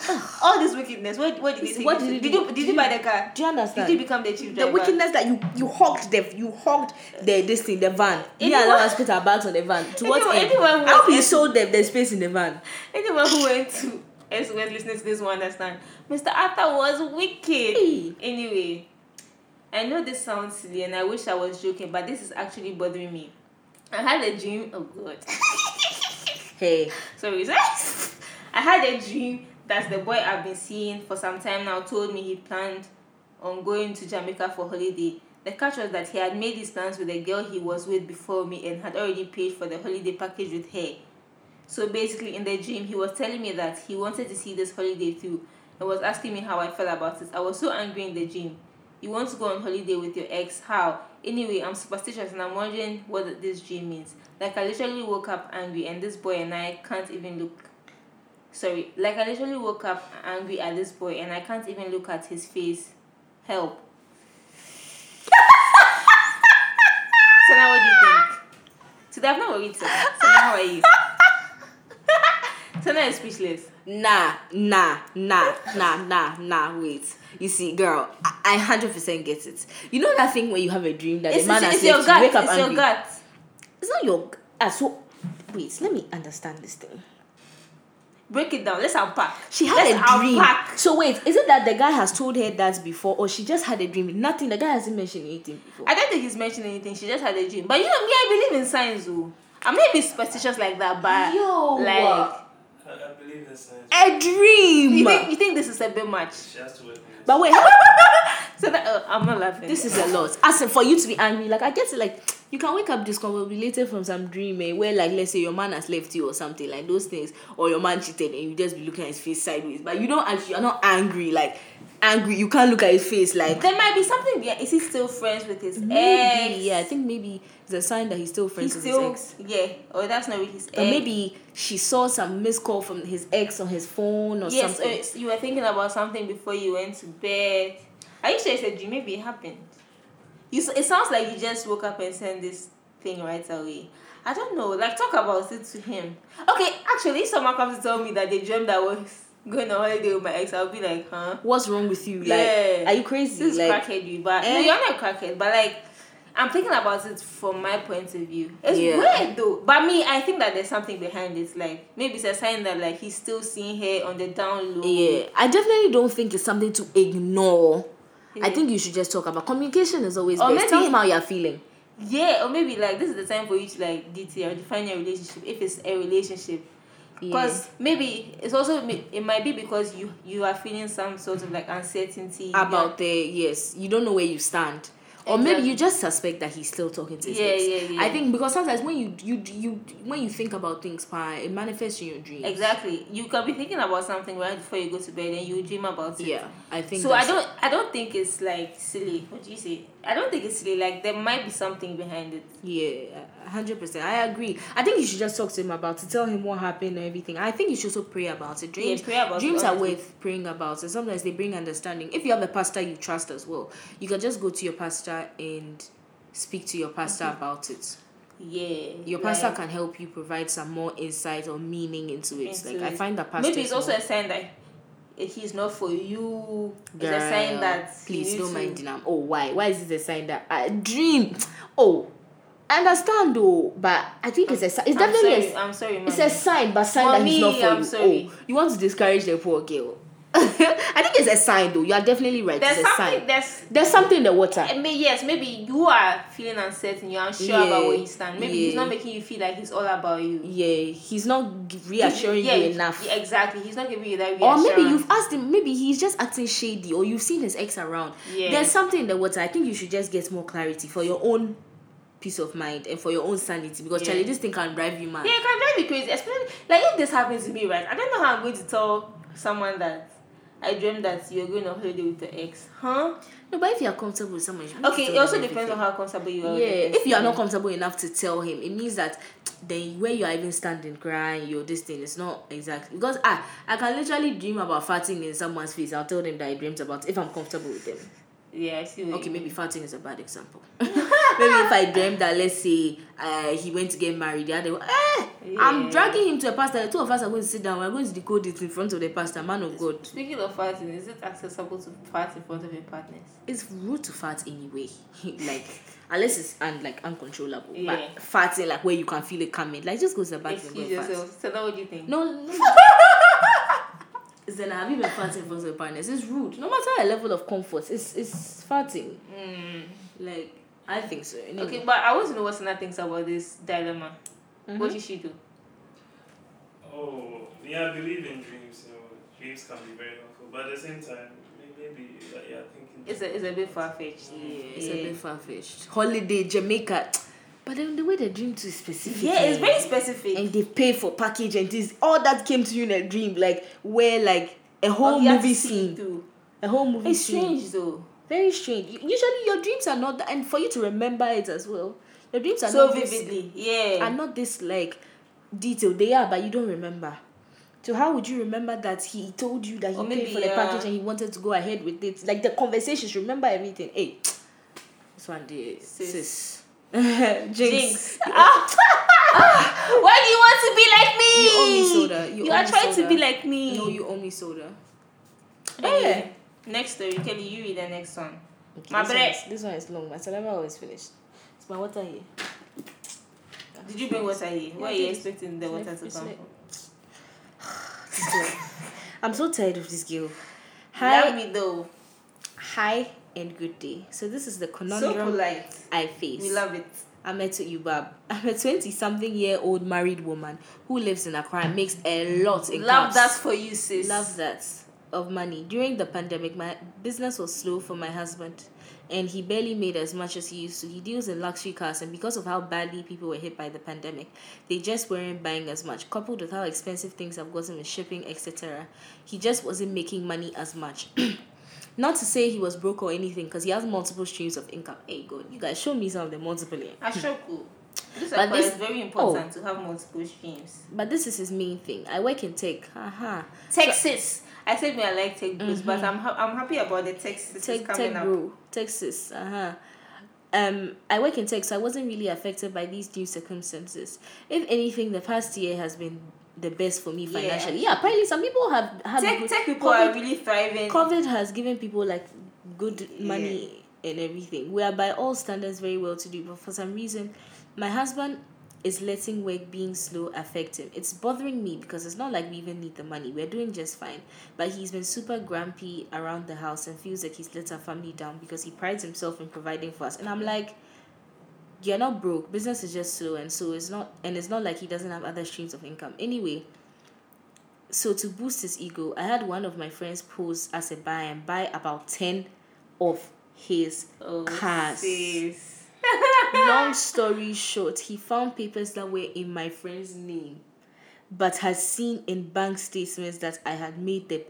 all this wickedness. What, what did you It's- take? what it did to? you did do? you did you buy the car? Do you understand? Did you become the chief the driver? wickedness that you you hogged the you hogged the this thing the van. You Anyone- allow us to put our bags on the van. To what Anyone- end? anyone who How was- we sold them the space in the van? Anyone who went to SOS listening to this will understand. Mr. Arthur was wicked. Hey. Anyway, I know this sounds silly and I wish I was joking, but this is actually bothering me. I had a dream. Oh God. Hey, Sorry. sorry. I had a dream that the boy I've been seeing for some time now told me he planned on going to Jamaica for holiday. The catch was that he had made his plans with the girl he was with before me and had already paid for the holiday package with her. So basically, in the dream, he was telling me that he wanted to see this holiday through and was asking me how I felt about it. I was so angry in the dream. You want to go on holiday with your ex? How? Anyway, I'm superstitious and I'm wondering what this dream means. Like, I literally woke up angry, and this boy and I can't even look. Sorry, like, I literally woke up angry at this boy, and I can't even look at his face. Help. so, now what do you think? So, I've not worried. So, now how are you? So, now it's speechless. nah, nah, nah, nah, nah, nah. Wait, you see, girl, I hundred percent get it. You know that thing when you have a dream that It's, the man it's, has it's your left you, you gut. wake up It's angry. your gut. It's not your ah, so. Wait, let me understand this thing. Break it down. Let's unpack. She had Let's a dream. Unpack. So wait, is it that the guy has told her that before, or she just had a dream? Nothing. The guy hasn't mentioned anything before. I don't think he's mentioned anything. She just had a dream. But you know me, I believe in science, though. I may be superstitious like that, but Yo. like I, I believe in science. a dream. you think, you think this is a bit much. She has to witness. but wait, how- So that, uh, I'm not laughing. this is a lot. As in for you to be angry, like I guess, like you can wake up discombobulated from some dream eh, where, like, let's say your man has left you or something like those things, or your man cheated and you just be looking at his face sideways, but you don't actually you're not angry like angry. You can't look at his face like. there might be something. Yeah, is he still friends with his Maybe, ex? yeah, I think maybe it's a sign that he's still friends He's with still. his ex. Yeah. Or that's not really his Or ex. maybe she saw some missed call from his ex on his phone or Yes. something. uh, you were thinking about something before you went to bed. Are you sure it's a dream? Maybe it happened. You. s- It sounds like you just woke up and sent this thing right away. I don't know. Like talk about it to him. Okay. Actually, if someone comes to tell me that they dreamed I was going on holiday with my ex, I'll be like, huh. What's wrong with you? Like, Yeah. are you crazy? This is like, crackhead you, but no, eh? you're not crackhead. But like, I'm thinking about it from my point of view. It's Yeah. weird though. But me, I think that there's something behind it. Like maybe it's a sign that like he's still seeing her on the down low. yeah, I definitely don't think it's something to ignore. I Yeah. think you should just talk about communication is always Or best. maybe- Tell him how you're feeling. Yeah, or maybe like this is the time for you to like detail define your relationship if it's a relationship. Because maybe it's also it might be because you you are feeling some sort of like uncertainty about the yes, you don't know where you stand. Or maybe Exactly. you just suspect that he's still talking to his Yeah, ex. yeah, yeah. I think because sometimes when you you you when you think about things, pa, it manifests in your dreams. Exactly, you can be thinking about something right before you go to bed, and you dream about it. Yeah, I think. so I that's- don't I don't think it's like silly. What do you say? I don't think it's silly. Like there might be something behind it. Yeah, hundred percent. I agree. I think you should just talk to him about it. Tell him what happened and everything. I think you should also pray about it. Dreams, pray about it, dreams are honestly. worth praying about, and sometimes they bring understanding. If you have a pastor you trust as well, you can just go to your pastor and speak to your pastor about it. Yeah. Your like, pastor can help you provide some more insight or meaning into it. into like I it. find that pastor. maybe it's also a sign that eh, he's not for you. Girl, it's a sign that you please need don't to- mind Dinam. uh, Oh, why? Why is this a sign that I dream? Oh, I understand though, but I think it's a si- it's I'm definitely a sorry, I'm sorry, it's mommy. a sign, but sign that Mommy, he's not for I'm you. sorry. Oh, you want to discourage the poor girl. I think it's a sign though. You are definitely right. There's it's a something sign. there's There's something in the water. eh, may, yes, maybe you are feeling uncertain, you're unsure about Yeah, where you stand. Maybe he's yeah. not making you feel like he's all about you. Yeah, he's not g- reassuring Yeah, you enough. yeah, exactly. He's not giving you that or reassurance. maybe you've asked him. Maybe he's just acting shady, or you've seen his ex around. Yeah. There's something in the water. I think you should just get more clarity for your own peace of mind and for your own sanity. Because Yeah. Charlie, this thing can drive you mad. Yeah, it can drive me crazy. Especially like if this happens to me, right? I don't know how I'm going to tell someone that I dreamed that you're going on holiday with your ex. Huh? No, but if you are comfortable with someone, you should Okay, tell it also them depends everything. on how comfortable you are. with yeah the if you are person. not comfortable enough to tell him it means that then where you are even standing crying your this thing is not exactly because i i can literally dream about farting in someone's face i'll tell them that i dreamt about if i'm comfortable with them Yeah, I see. What okay you mean. maybe farting is a bad example maybe if i dreamt that let's say uh he went to get married the other eh, i'm Yeah. dragging him to a pastor the two of us are going to sit down we're going to decode it in front of the pastor man of god Speaking of farting, is it accessible to fart in front of your partners? it's rude to fart anyway. like unless it's and like uncontrollable. Yeah. But farting like where you can feel it coming. Like just go to the bathroom. Excuse and go and fart. yourself. So now what do you think? No, no. Zena, have you been farting for your partners? It's rude. No matter your level of comfort, it's it's farting. Mm. Like I think so. Anyway. Okay, but I want to know what Sana thinks about this dilemma. Mm-hmm. What should she do? Oh, yeah, I believe in dreams. You know, dreams can be very helpful, but at the same time, may- maybe like, yeah, thinking. It's a, it's a bit far fetched. Yeah, it's a bit far fetched. Holiday, Jamaica. But then the way they dream too is specific. Yeah, it's eh? very specific. and they pay for package and this all that came to you in a dream, like where like a whole Oh, you have to movie see it scene. through. A whole movie It's scene. strange though. Very strange. U- Usually your dreams are not that, and for you to remember it as well. Your dreams are So not this- vividly. Yeah. are not this like detailed. They are, but you don't remember. So how would you remember that he told you that he Or paid maybe, for the yeah. package and he wanted to go ahead with it? Like the conversations, remember everything. Hey, this one day, Sis. sis. Jinx. Jinx. Why do you want to be like me? You owe me soda. You You, owe are me trying soda. to be like me. No, you owe me soda. Eh. Anyway, Hey. Next story, Kelly. You read the next one. Okay, My this one bread. is- This one is long. My saliva always finished. It's my water here. Did you bring water here? Where are you did. expecting the It's water like- to it's come like- from? I'm so tired of this girl. Love Hi, me though. hi, and good day. So this is the So conundrum polite. I face. We love it. I'm Etu Ibab. I'm a 20-something-year-old married woman who lives in Accra and makes a lot in Love cash. that for you, sis. Love that of money. During the pandemic, my business was slow for my husband, and he barely made as much as he used to. He deals in luxury cars, and because of how badly people were hit by the pandemic, they just weren't buying as much. Coupled with how expensive things have gotten with shipping, etc., he just wasn't making money as much. Not to say he was broke or anything, because he has multiple streams of income. Hey, God, you guys show me some of the multiple. Ashoku. This But but this- oh. is very important to have multiple streams. But this is his main thing. I work in tech. Haha. Tech sis. I said me I like tech bros, but I'm ha- I'm happy about the tech sis Mm-hmm. tech, coming tech up. bro, Texas. Uh huh. Um, I work in tech, so I wasn't really affected by these new circumstances. If anything, the past year has been the best for me Yeah. financially. Yeah, apparently some people have had Tech good- tech people COVID, are really thriving. COVID has given people like good money and everything. We are by all standards very well to do, but for some reason, my husband is letting work being slow affect him. It's bothering me because it's not like we even need the money. We're doing just fine. But he's been super grumpy around the house and feels like he's let our family down because he prides himself in providing for us. And I'm like, you're not broke. Business is just slow, and so it's not. And it's not like he doesn't have other streams of income. Anyway, so to boost his ego, I had one of my friends pose as a buyer and buy about ten of his oh, cars. sis. Long story short, he found papers that were in my friend's name, but has seen in bank statements that I had made them.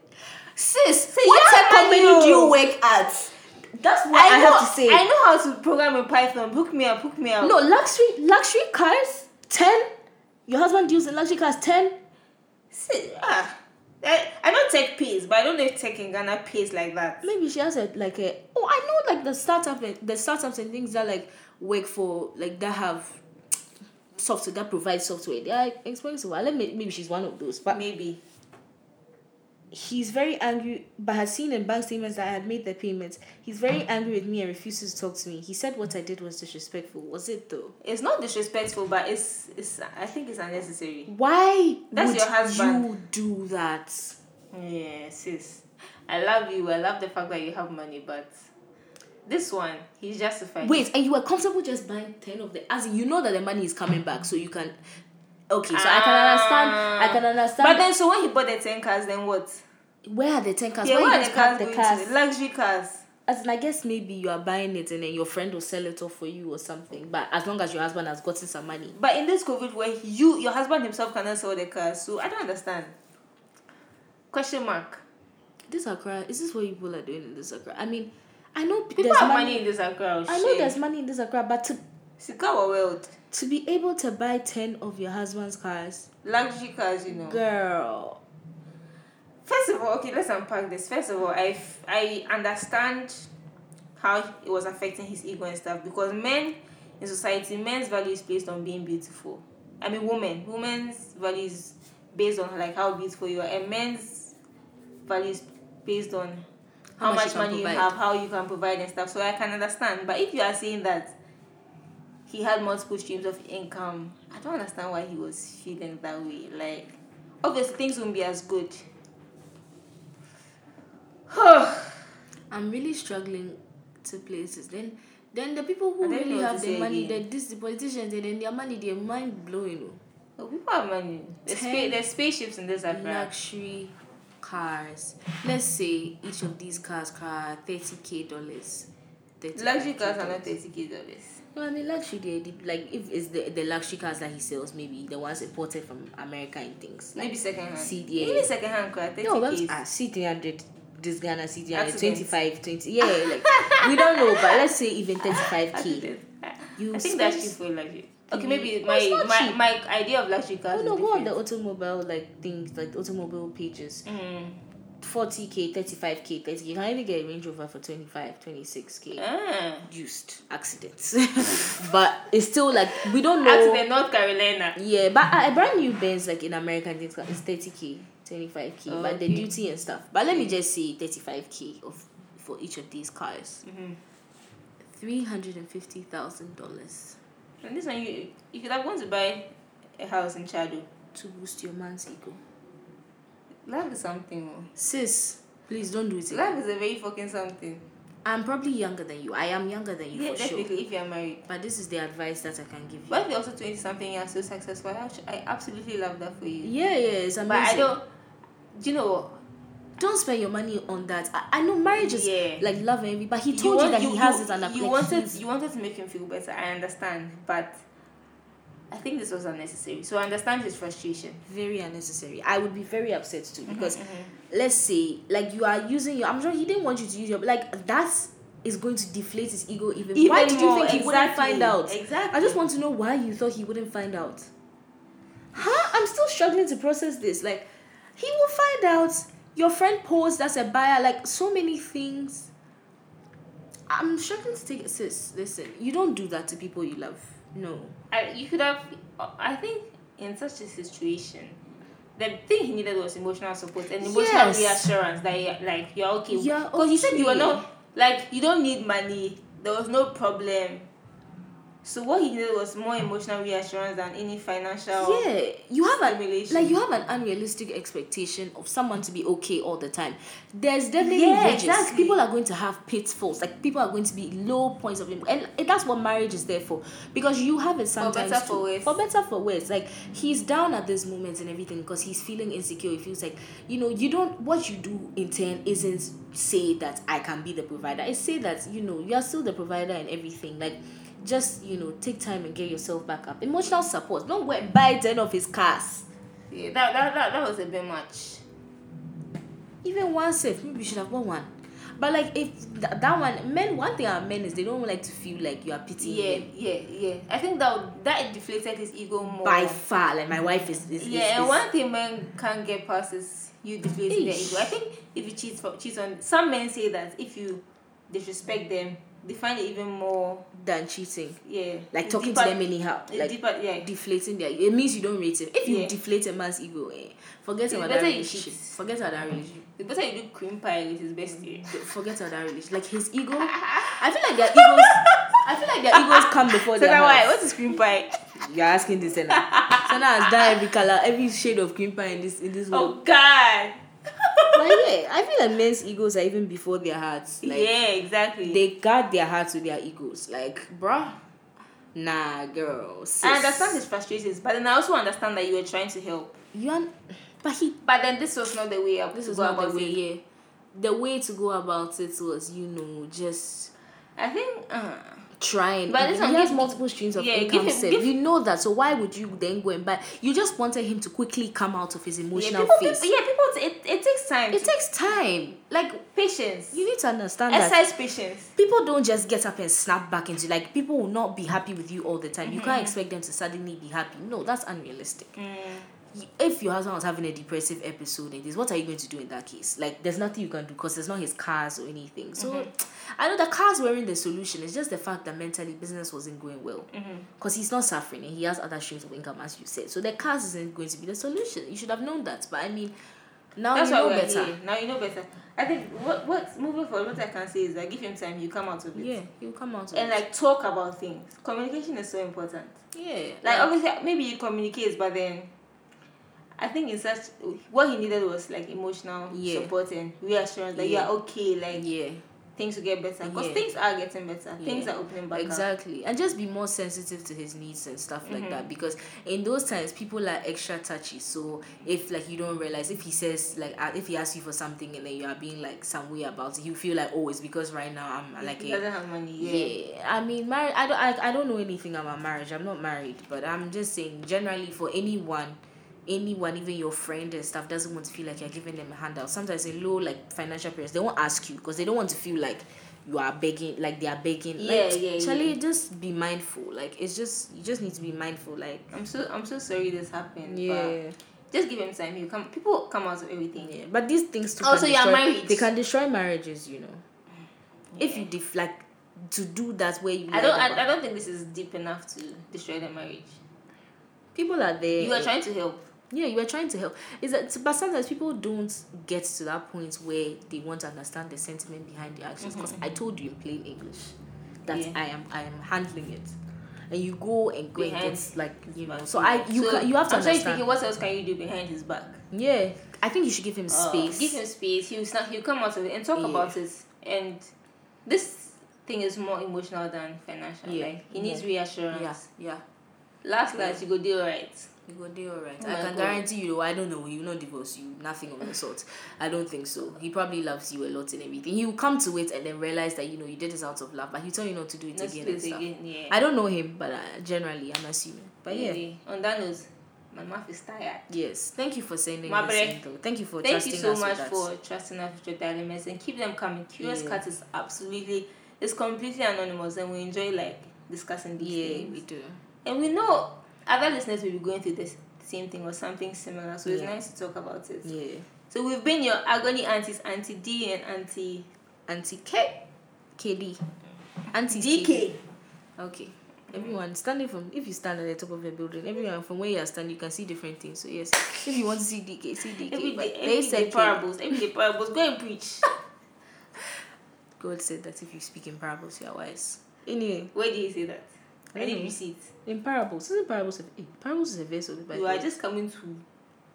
Sis, what yeah, tech I company do you know. work at? That's what I, I, know, have to say. I know how to program in Python. Hook me up, hook me up. No, luxury luxury cars, ten. Your husband deals in luxury cars, ten. Sis, ah. I, I know tech pays, but I don't know if tech in Ghana pays like that. Maybe she has a like a oh I know like the startup and the startups and things that like work for like that have software that provides software. They are expensive. Let me maybe she's one of those. But Maybe. he's very angry, but has seen in bank statements that I had made the payments. He's very angry with me and refuses to talk to me. He said what I did was disrespectful. Was it though? It's not disrespectful, but it's it's. I think it's unnecessary. Why That's would your husband. you do that? Yeah, sis. I love you. I love the fact that you have money, but this one, he's justified. Wait, and you were comfortable just buying ten of the as in you know that the money is coming back, so you can. Okay, so I can understand. I can understand. Ah. But then, so when he bought the ten cars, then what? where are the ten cars? yeah, Why where you are the just cars park going the cars? to? Luxury cars. As in, I guess maybe you are buying it and then your friend will sell it off for you or something. But as long as your husband has gotten some money, But in this COVID, where you your husband himself cannot sell the cars, so I don't understand. Question mark. this Accra is this what people are doing in this Accra? I mean, I know People there's have money. money, in this Accra. I know there's money in this Accra, but to It's a car world. to be able to buy ten of your husband's cars, Luxury cars, you know. girl. First of all, okay, let's unpack this. First of all, I, f- I understand how it was affecting his ego and stuff because men in society, men's value is based on being beautiful. I mean, women, women's value is based on like how beautiful you are, and men's value is based on How how, much much, you can money provide. you have, how you can provide and stuff. So I can understand. But if you are saying that he had multiple streams of income, I don't understand why he was feeling that way. Like, obviously things won't be as good. I I'm really struggling to places. Then then the people who I don't know really what have to the say money, again. the this the politicians and then their money, they're mind blowing. Oh, people have money. There's, Ten spa- there's spaceships in this Accra. luxury cars. Let's say each of these cars car thirty k dollars. Luxury cars are not thirty k dollars. No, I mean luxury. They, they, like if it's the the luxury cars that he sells, maybe the ones imported from America and things. Like, Maybe second hand. CDA. Even second hand car. Thirty no, that's k. ah, C three hundred. This Ghana C three hundred Accident. twenty five twenty. Yeah, like we don't know, but let's say even thirty five I think, k. that- You I think spend- that's cheap for luxury. Okay, maybe No, my it's not my, cheap. my idea of luxury cars. Oh no, is go on the different. automobile like things like automobile pages. Mm. Forty k, thirty five k, thirty. You can even get a Range Rover for 25, 26 k. Ah. Used accidents, but it's still like we don't know. Out to the North Carolina. Yeah, but a a brand new Benz like in America and things like it's thirty k, twenty five k, Oh, but the okay. duty and stuff. But let me just say thirty five k of for each of these cars, Mhm. three hundred and fifty thousand dollars And this one, you you could have gone to buy a house in Chado. to boost your man's ego. Life is something. oh. Sis, please don't do it. Again. Life is a very fucking something. I'm probably younger than you. I am younger than you Yeah, for sure. definitely. If you are married. But this is the advice that I can give you. But if you're also 20 something and so successful, I, actu- I absolutely love that for you. Yeah, yeah, it's amazing. but I don't, do you know what? Don't spend your money on that. I, I know marriage is Yeah. like love and everything, but he You told you, want- that he has it and I'm you like, wanted, he's- you wanted to make him feel better, I understand. But I think this was unnecessary. So I understand his frustration. very unnecessary. I would be very upset too because let's say like you are using your I'm sure he didn't want you to use your like that is going to deflate his ego even, why did you more, think he wouldn't find exactly, out? Exactly. I just want to know why you thought he wouldn't find out. Huh? I'm still struggling to process this. Like he will find out your friend posed as a buyer, like so many things. I'm struggling to take it sis, listen, you don't do that to people you love. No. I, you could have. I think in such a situation, the thing he needed was emotional support and emotional Yes. reassurance that you're, like you're okay. You're he said you were okay. not like you don't need money. There was no problem. So what he needed was more emotional reassurance than any financial. yeah you have an stimulation. like you have an unrealistic expectation of someone to be okay all the time there's definitely Yeah, ridges exactly. people are going to have pitfalls like people are going to be low points of and that's what marriage is there for because you have it sometimes better, for too. worse. for better for worse like he's down at this moment and everything because he's feeling insecure he feels like you know you don't what you do in turn isn't say that i can be the provider it's say that you know you're still the provider and everything like just you know take time and get yourself back up emotional support don't wait buy 10 of his cars Yeah, that, that that that was a bit much. even one safe maybe you should have bought one but like if th- that one men one thing our men is they don't like to feel like you are pitying Yeah, them yeah, yeah. I think that would- that deflated his ego more. by far like my wife is, is, is- Yeah, and is- one thing men can't get past is you deflating their Eesh. ego. I think if you cheat for cheat on some men say that if you disrespect them, they find it even more than cheating. yeah Like it's talking deeper, to them anyhow. it's Like deeper yeah deflating their it means you don't rate him. If you Yeah. deflate a man's ego, eh, forget It's about that better you relationship. cheat. Forget about that relationship. the better you do cream pie with his Mm. bestie Forget about that relationship. Like his ego I feel like their egos I feel like their egos come before so their now why hearts. what's a cream pie You're asking this Senna. Senna has done every color, every shade of cream pie in this in this world. oh god But yeah, I feel like men's egos are even before their hearts. Like yeah exactly they guard their hearts with their egos. Like, bruh, nah, girl. Sis. I understand his frustrations, but then I also understand that you were trying to help. You are, but he. But then this was not the way up. This to is go not the about way. it. Yeah, the way to go about it was, you know, just I think. Uh, trying. But But listen, he has give- multiple streams of yeah, give income. him- set. give- you know that, so why would you then go and buy? You just wanted him to quickly come out of his yeah, emotional people, phase. people, yeah, people. It, it takes time. It takes time. Like patience. you need to understand that Exercise patience. people don't just get up and snap back into like people will not be happy with you all the time. You Mm-hmm. can't expect them to suddenly be happy. No, that's unrealistic. Mm. Y- If your husband was having a depressive episode and this, what are you going to do in that case? Like, there's nothing you can do because it's not his cars or anything. So, Mm-hmm. I know the cars weren't the solution. It's just the fact that mentally business wasn't going well Mm-hmm. because he's not suffering and he has other streams of income, as you said. So the cars isn't going to be the solution. You should have known that. But I mean, now Oh, That's you why know we're better. here. Now you know better. I think what what's moving forward. What I can say is that give him time. You come out of it. Yeah, you come out of And it. like talk about things. Communication is so important. yeah, Like obviously maybe you communicate, but then I think in such what he needed was like emotional Yeah. support and reassurance that Yeah. you are okay. Like yeah. things will get better because Yeah. things are getting better. Yeah. Things are opening back up. exactly and just be more sensitive to his needs and stuff like that because in those times people are extra touchy so if like you don't realize if he says like uh, if he asks you for something and then you are being like some way about it you feel like oh it's because right now i'm like He a, doesn't have money. Yeah. yeah i mean marriage i don't I, I don't know anything about marriage i'm not married but i'm just saying generally for anyone anyone even your friend and stuff doesn't want to feel like you're giving them a handout sometimes in low like financial periods they won't ask you because they don't want to feel like you are begging like they are begging Yeah, like, yeah, yeah. Charlie, just be mindful like it's just you just need to be mindful like uh, I'm so I'm so sorry this happened. yeah But just give him time. You come. People come out of everything. Yeah, but these things too. Oh, can so you are destroy- married. They can destroy marriages, you know. If you def- like to do that where you. I lied don't. I, about- I don't think this is deep enough to destroy the marriage. people are there. You are trying to help. Yeah, you are trying to help. Is that but sometimes people don't get to that point where they want to understand the sentiment behind the actions. Because I told you in plain English that Yeah. I am I am handling it, and you go and go and Behind get like you know. But- So I you So, can, you have to I'm sure you're understand. thinking, what else can you do behind his back? yeah, I think you should Oh, give him Uh, space. give him space. He'll snap. He'll come out of it and talk Yeah. about it. And this thing is more emotional than financial. Yeah. Like he Yeah. needs reassurance. yeah, yeah. Last last, you go do alright. You go do all right. Oh I my can God. guarantee you. I don't know. He will not divorce you. Nothing of the sort. I don't think so. He probably loves you a lot and everything. He will come to it and then realize that you know you did this out of love, but he tell you not to do it Let's again do and it stuff. again. Yeah. I don't know him, but uh, generally I'm assuming. But yeah. On that note, my mouth is tired. Yes. Thank you for sending My this bre- in, though. Thank you for Thank trusting you so us much with that. for trusting us with your dilemmas and keep them coming. Curious Yeah. Cat is absolutely, it's completely anonymous and we enjoy like discussing these Yeah, we things. do. And we know other listeners will be going through this same thing or something similar, so it's Yeah. nice to talk about it. Yeah. So we've been your agony aunties, Auntie D and Auntie Auntie K, KD, Auntie DK. Okay. Everyone standing from if you stand at the top of a building, everyone from where you are standing, you can see different things. So yes, if you want to see DK, see DK. Every but day, they every said day K. parables, every day parables. Go and preach. God said that if you speak in parables, you are wise. Anyway, Where do you say that? I I don't did know. you see it? in parables, isn't parables a eh, parables is a verse of the Bible? You are just coming to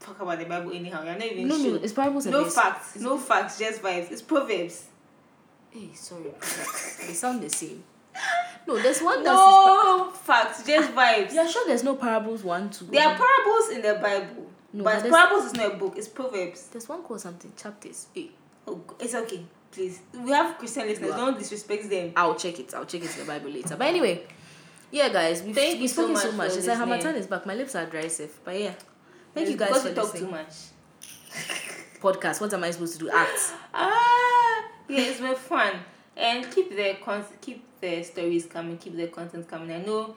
talk about the Bible anyhow. You're not even no, sure. no, it's parables a No verse. facts, no facts, just vibes. It's proverbs. Hey, Eh, sorry, they sound the same. No, there's one that's No facts, just vibes. you're sure there's no parables one two. There are parables in the Bible, No, but but that's- parables is not a book. It's proverbs. there's one called something chapters. Eh, Hey, Oh, go- it's okay. Please, we have Christian listeners. Wow. Don't disrespect them. I'll check it. I'll check it in the Bible later. But anyway, yeah, guys, we've, Thank you we've so spoken so much much. for It's like listening. Hamatan is back. My lips are dry, safe. But yeah, thank It's you guys because for we talk too listening. much. Podcast. What am I supposed to do? Act. Ah, yeah, it's been fun. And keep the con- keep the stories coming. Keep the content coming. I know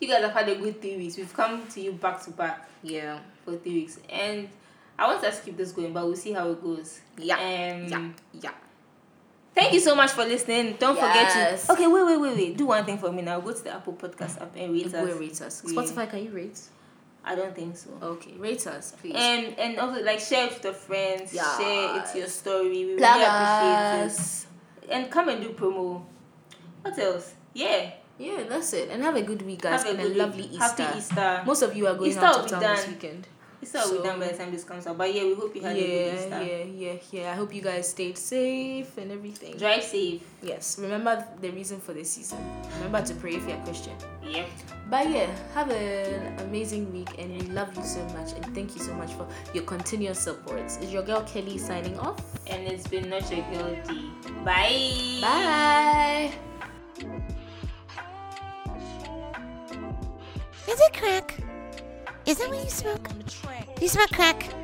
you guys have had a good three weeks. We've come to you back to back Yeah. for three weeks, and I want us to keep this going, but we'll see how it goes. Yeah. Um, yeah. Yeah. Thank you so much for listening. Don't Yes. forget to. Okay, wait, wait, wait, wait. Do one thing for me now. Go to the Apple Podcast app and rate Go us. and rate us. Yeah. Spotify, can you rate? I don't think so. Okay, rate us, please. And and also like share it with your friends. Yes. Share it to your story. We really Plug appreciate it. us. And come and do promo. What else? Yeah. Yeah, that's it. And have a good week, guys, Have a and a good week. lovely Easter. Happy Easter. Most of you are going Easter will out be of town this done. weekend. Easter will So- be done by the time this comes out. But yeah, we hope you Yeah, had a good Easter. yeah, yeah, yeah. I hope you guys stayed safe and everything. Drive safe. Yes, remember the reason for this season. Remember to pray if you're Christian. Yep. But yeah, have an amazing week and we love you so much and thank you so much for your continuous support. Is your girl Kelly signing off? And it's been not your guilty. Bye. Bye. Is it crack? Is that what you smoke? Do you smoke crack?